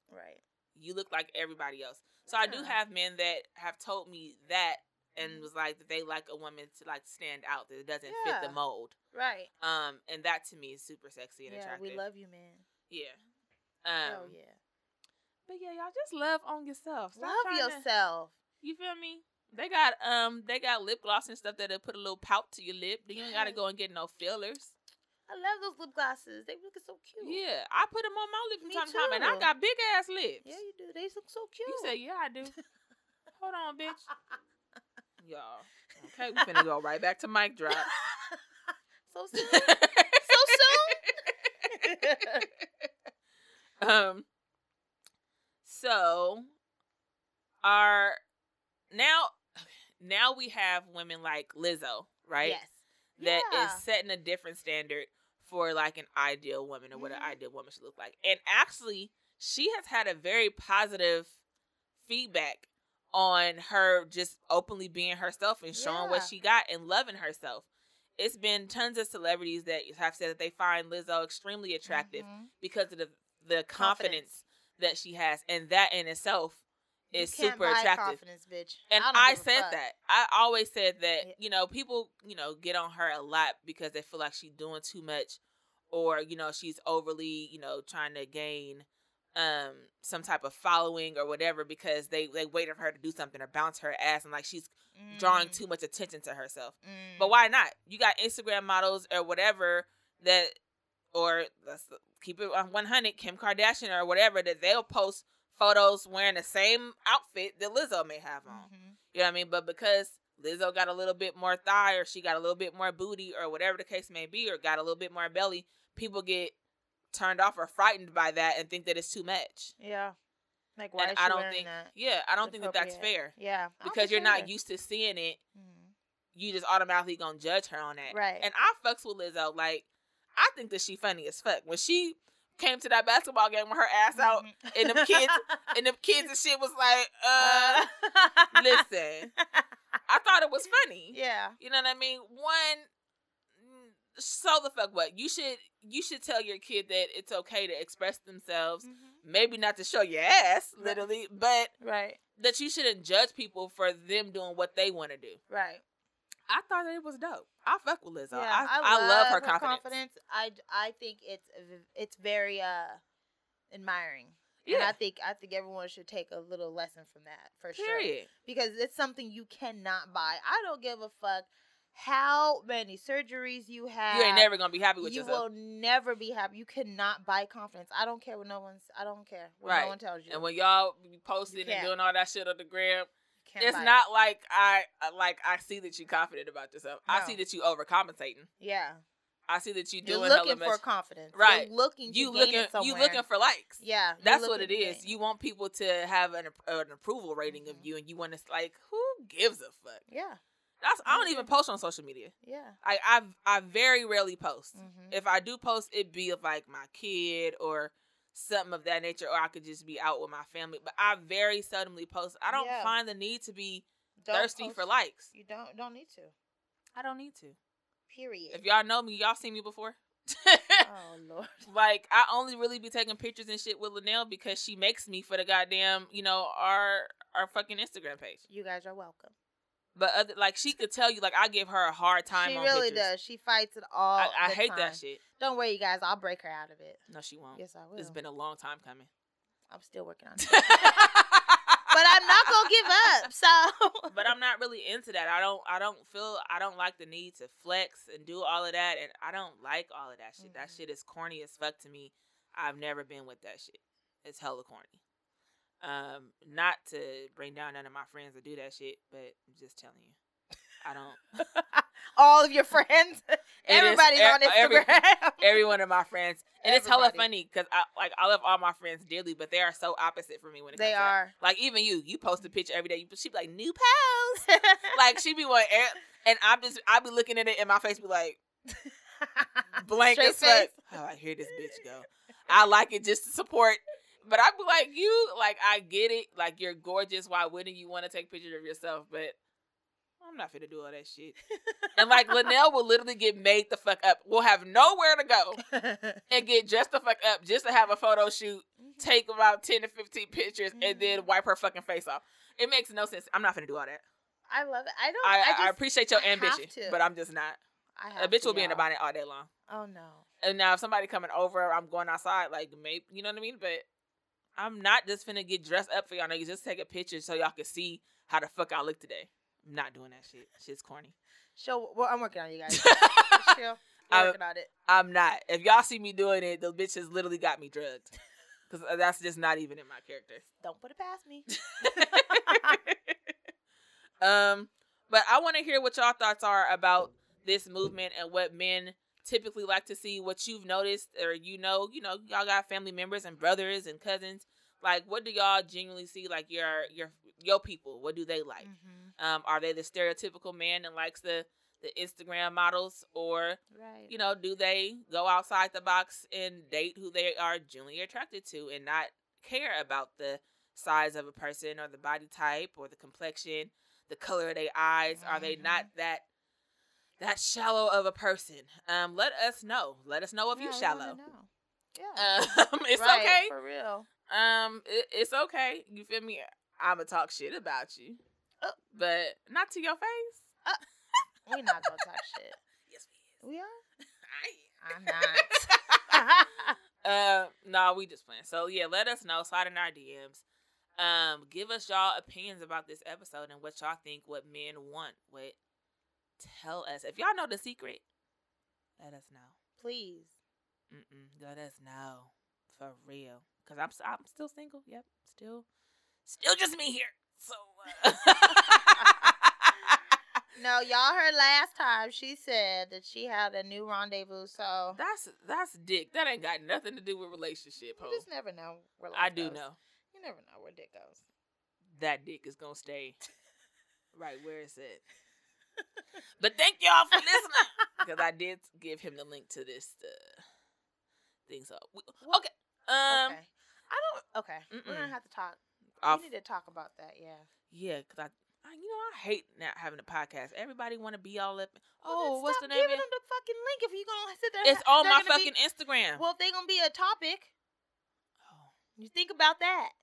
S1: right.
S2: You look like everybody else. So I do
S1: Yeah.
S2: have men that have told me that and
S1: Mhm.
S2: was like that they like a woman to like stand out that it doesn't
S1: Yeah.
S2: fit the mold.
S1: Right.
S2: Um, and that to me is super sexy and
S1: yeah,
S2: attractive.
S1: we love you, man.
S2: yeah. Um,
S1: oh yeah.
S2: But yeah, y'all just love on yourself. Stop
S1: Love
S2: trying to-
S1: yourself.
S2: You feel me? They got um they got lip gloss and stuff that'll put a little pout to your lip. Then you ain't gotta go and get no fillers.
S1: I love those lip glosses. They look so cute.
S2: Yeah, I put them on my lips from
S1: Me
S2: time to time, and I
S1: too.
S2: got big ass lips.
S1: Yeah, you do. They look so cute.
S2: you say yeah, I do. Hold on, bitch. Y'all. Okay, we finna go right back to mic drop.
S1: so soon. so soon.
S2: um so our now now we have women like Lizzo, right?
S1: Yes.
S2: That is
S1: Yeah.
S2: setting a different standard for like an ideal woman or what an
S1: Mhm.
S2: ideal woman should look like. And actually, she has had a very positive feedback on her just openly being herself and showing what
S1: Yeah.
S2: she got and loving herself. It's been tons of celebrities that have said that they find Lizzo extremely attractive
S1: Mhm.
S2: because of the the confidence,
S1: Confidence.
S2: that she has, and that in itself
S1: You
S2: is
S1: can't
S2: super
S1: buy
S2: attractive.
S1: Confidence, bitch.
S2: And
S1: don't
S2: I,
S1: give a
S2: said
S1: fuck.
S2: that. I always said that,
S1: Yeah.
S2: you know, people, you know, get on her a lot because they feel like she's doing too much or, you know, she's overly, you know, trying to gain um some type of following or whatever because they they waited for her to do something or bounce her ass and like she's drawing
S1: Mm,
S2: too much attention to herself.
S1: mm.
S2: But why not? You got Instagram models or whatever that, or let's keep it on 100, Kim Kardashian or whatever, that they'll post photos wearing the same outfit that Lizzo may have on.
S1: Mhm.
S2: You know what I mean? But because Lizzo got a little bit more thigh or she got a little bit more booty or whatever the case may be, or got a little bit more belly, people get turned off or frightened by that and think that it's too much.
S1: Yeah. Like why
S2: and
S1: is she
S2: I don't
S1: wearing
S2: think,
S1: that?
S2: yeah, I don't
S1: It's
S2: think that that's fair
S1: Yeah. I don't
S2: because
S1: think
S2: you're
S1: so
S2: not
S1: either.
S2: used to seeing it
S1: Mhm.
S2: you just automatically gonna judge her on that.
S1: Right.
S2: And I fucks with Lizzo. Like, I think that she funny as fuck. When she came to that basketball game with her ass out
S1: Mhm.
S2: and them kids and them kids and shit was like, uh, listen. I thought it was funny.
S1: Yeah.
S2: You know what I mean? One mm, so the fuck what? You should you should tell your kid that it's okay to express themselves.
S1: Mhm.
S2: Maybe not to show your ass,
S1: Right.
S2: literally, but
S1: Right.
S2: that you shouldn't judge people for them doing what they want to do.
S1: Right.
S2: I thought that it was dope. I fuck with Lizzo.
S1: yeah,
S2: I, I, love, her, confidence.
S1: I d- I think it's v- it's very uh admiring. And
S2: Yeah,
S1: I think I think everyone should take a little lesson from that for sure.
S2: period.
S1: Because it's something you cannot buy. I don't give a fuck how many surgeries you have.
S2: Uh, You ain't never gonna be happy with
S1: you
S2: yourself.
S1: will never be happy. You cannot buy confidence. I don't care what no one's. I don't care what
S2: Right.
S1: no one tells you.
S2: And when y'all be posting and
S1: can't.
S2: doing all that shit on the gram,
S1: You can't
S2: it's
S1: buy it.
S2: not like I I- like I see that you confident about yourself. I
S1: No.
S2: see that you overcompensating.
S1: Yeah,
S2: I see that you
S1: you're
S2: doing hella
S1: looking for
S2: much.
S1: confidence.
S2: Right.
S1: You're looking. to
S2: You
S1: gain
S2: looking
S1: It somewhere.
S2: you looking for likes.
S1: Yeah. you're
S2: That's what it
S1: looking to
S2: is.
S1: gain
S2: You want people to have an ap- an approval rating of
S1: Mhm.
S2: you, and you want to like who gives a fuck.
S1: Yeah.
S2: That's I don't
S1: Mhm.
S2: even post on social media.
S1: Yeah.
S2: I I I very rarely post.
S1: Mm-hmm.
S2: if I do post, it be of like my kid or something of that nature, or I could just be out with my family. But I very seldomly post. I don't
S1: Yeah.
S2: find the need to be thirsty for likes.
S1: You don't don't need to.
S2: I don't need to.
S1: Period.
S2: If y'all know me, y'all seen me before.
S1: oh lord.
S2: like I only really be taking pictures and shit with Linnell because she makes me for the goddamn, you know, our our fucking Instagram page.
S1: You guys are welcome.
S2: But other, like she could tell you, like I give her a hard time.
S1: she
S2: on
S1: really
S2: pictures.
S1: does. She fights it all.
S2: I, I
S1: the
S2: hate that
S1: time.
S2: shit.
S1: Don't worry, you guys. I'll break her out of it.
S2: No, she won't.
S1: Yes, I will.
S2: It's been a long time coming.
S1: I'm still working on it.
S2: but
S1: but I'm not gonna give up. So.
S2: but I'm not really into that. I don't I don't feel I don't like the need to flex and do all of that and I don't like all of that shit. That
S1: Mhm.
S2: shit is corny as fuck to me. I've never been with that shit. It's hella corny. Um not to bring down none of my friends that do that shit, but I'm just telling you. I don't
S1: all of your friends.
S2: is-
S1: Everybody's
S2: e-
S1: on
S2: every-
S1: Instagram.
S2: every one of my friends and it's hella
S1: Everybody.
S2: funny cuz I like I love all my friends dearly, but they are so opposite for me when it
S1: they
S2: comes to that.
S1: are.
S2: Like even you, you post a picture every day. You she be like new post. like she be one, and I'm just I be looking at it, and my face be like blank
S1: Straight
S2: as fuck.
S1: face.
S2: Oh, I hear this bitch go. I like it just to support, but I be like you, like I get it, like you're gorgeous. Why wouldn't you want to take pictures of yourself? But I'm not finna do all that shit. And like Linnell will literally get made the fuck up. We'll have nowhere to go and get dressed the fuck up just to have a photo shoot.
S1: Mm-hmm.
S2: Take about ten to fifteen pictures and then wipe her fucking face off. It makes no sense. I'm not finna do all that.
S1: I love it. I don't.
S2: I,
S1: I,
S2: I,
S1: just,
S2: appreciate your
S1: have
S2: ambition,
S1: to.
S2: but I'm just not.
S1: I
S2: A
S1: have
S2: bitch
S1: to,
S2: will be in the
S1: y'all.
S2: bonnet all day long.
S1: Oh no.
S2: And now if somebody coming over, I'm going outside, like maybe you know what I mean. But I'm not just finna get dressed up for y'all niggas. Just take a picture so y'all can see how the fuck I look today. I'm not doing that shit. Shit's corny.
S1: So well, I'm working on it, you guys. Chill.
S2: I-
S1: I'm working on it.
S2: I'm not. If y'all see me doing it, the bitch has literally got me drugged. uh, Cause that's just not even in my character.
S1: Don't put it past me.
S2: Um, but I want to hear what y'all thoughts are about this movement and what men typically like to see. What you've noticed, or you know, you know, y'all got family members and brothers and cousins. Like, what do y'all genuinely see? Like your your your people, what do they like?
S1: Mhm.
S2: Um, are they the stereotypical man that likes the the Instagram models, or
S1: Right.
S2: you know, do they go outside the box and date who they are genuinely attracted to and not care about the size of a person or the body type or the complexion, the color of their eyes? Are they
S1: Mhm.
S2: not that that shallow of a person? Um, let us know. Let us know if you
S1: Yeah, we wanna
S2: shallow.
S1: know. Yeah.
S2: Um, it's
S1: right,
S2: okay.
S1: For real.
S2: Um, it, it's okay. You feel me? I'ma talk shit about you,
S1: Oh.
S2: but not to your face.
S1: We're not gonna talk shit.
S2: Yes, we is.
S1: We are? I'm
S2: I am.
S1: not.
S2: Uh, no, we just playing. So yeah, let us know. Slide in our DMs. Um, give us y'all opinions about this episode and what y'all think. What men want. What tell us if y'all know the secret. Let us know.
S1: Please.
S2: Mm-mm, let us know for real. Cause I'm s- I'm still single. Yep, still, still just me here. So. Uh,
S1: No, y'all heard last time she said that she had a new rendezvous, so
S2: That's that's dick. That ain't got nothing to do with relationship.
S1: you
S2: Ho.
S1: just never know where life
S2: I do
S1: goes.
S2: know.
S1: You never know where dick goes.
S2: that dick is gonna stay right where it's at. but thank y'all for listening because I did give him the link to this uh, thing. So we-
S1: Well,
S2: okay, um,
S1: okay. I don't okay. We're gonna
S2: Mm-mm.
S1: have to talk.
S2: off,
S1: We need to talk about that, yeah.
S2: yeah, because I, I, you know, I hate not having a podcast. Everybody want to be all up.
S1: Well,
S2: Oh,
S1: then
S2: what's the
S1: stop
S2: name?
S1: Giving
S2: of it?
S1: them the fucking link if you gonna sit there. and
S2: It's
S1: ha-
S2: on
S1: they're
S2: my
S1: gonna be-
S2: fucking Instagram.
S1: well, if they gonna be a topic,
S2: Oh.
S1: you think about that.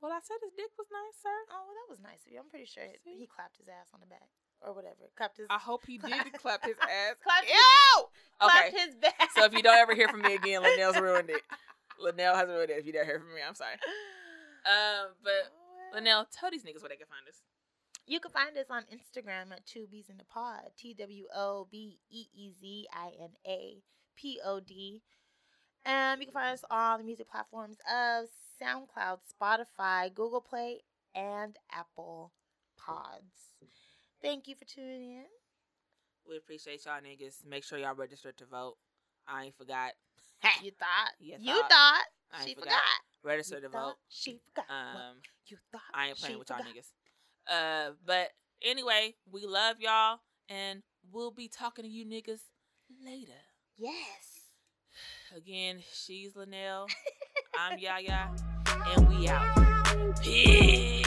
S2: well, I said his dick was nice, sir.
S1: Oh, well, that was nice of you. I'm pretty sure it-
S2: See?
S1: he clapped his ass on the back or whatever. Clapped his.
S2: I hope he did clap his ass.
S1: clapped his-
S2: Ah. Ew! Okay.
S1: Clapped his back.
S2: So if you don't ever hear from me again, Linnell's ruined it. Linnell has ruined it. If you don't hear from me, I'm sorry. Um, but
S1: Oh, well.
S2: Linnell, tell these niggas where they can find us.
S1: You can find us on Instagram at Two B's in the Pod. T W O B E E Z I N A P O D. Um, you can find us on the music platforms of SoundCloud, Spotify, Google Play, and Apple Pods. Thank you for tuning in.
S2: We appreciate y'all niggas. Make sure y'all registered to vote. I ain't forgot.
S1: You thought.
S2: You
S1: You
S2: thought.
S1: thought.
S2: I ain't
S1: She forgot.
S2: forgot.
S1: You
S2: Register to
S1: thought
S2: vote.
S1: She forgot. what
S2: Um,
S1: you thought.
S2: I ain't playing
S1: she
S2: with y'all
S1: forgot.
S2: niggas. Uh, but anyway, we love y'all, and we'll be talking to you niggas later.
S1: Yes.
S2: Again, she's Linnell. I'm Yaya, and we out. Peace.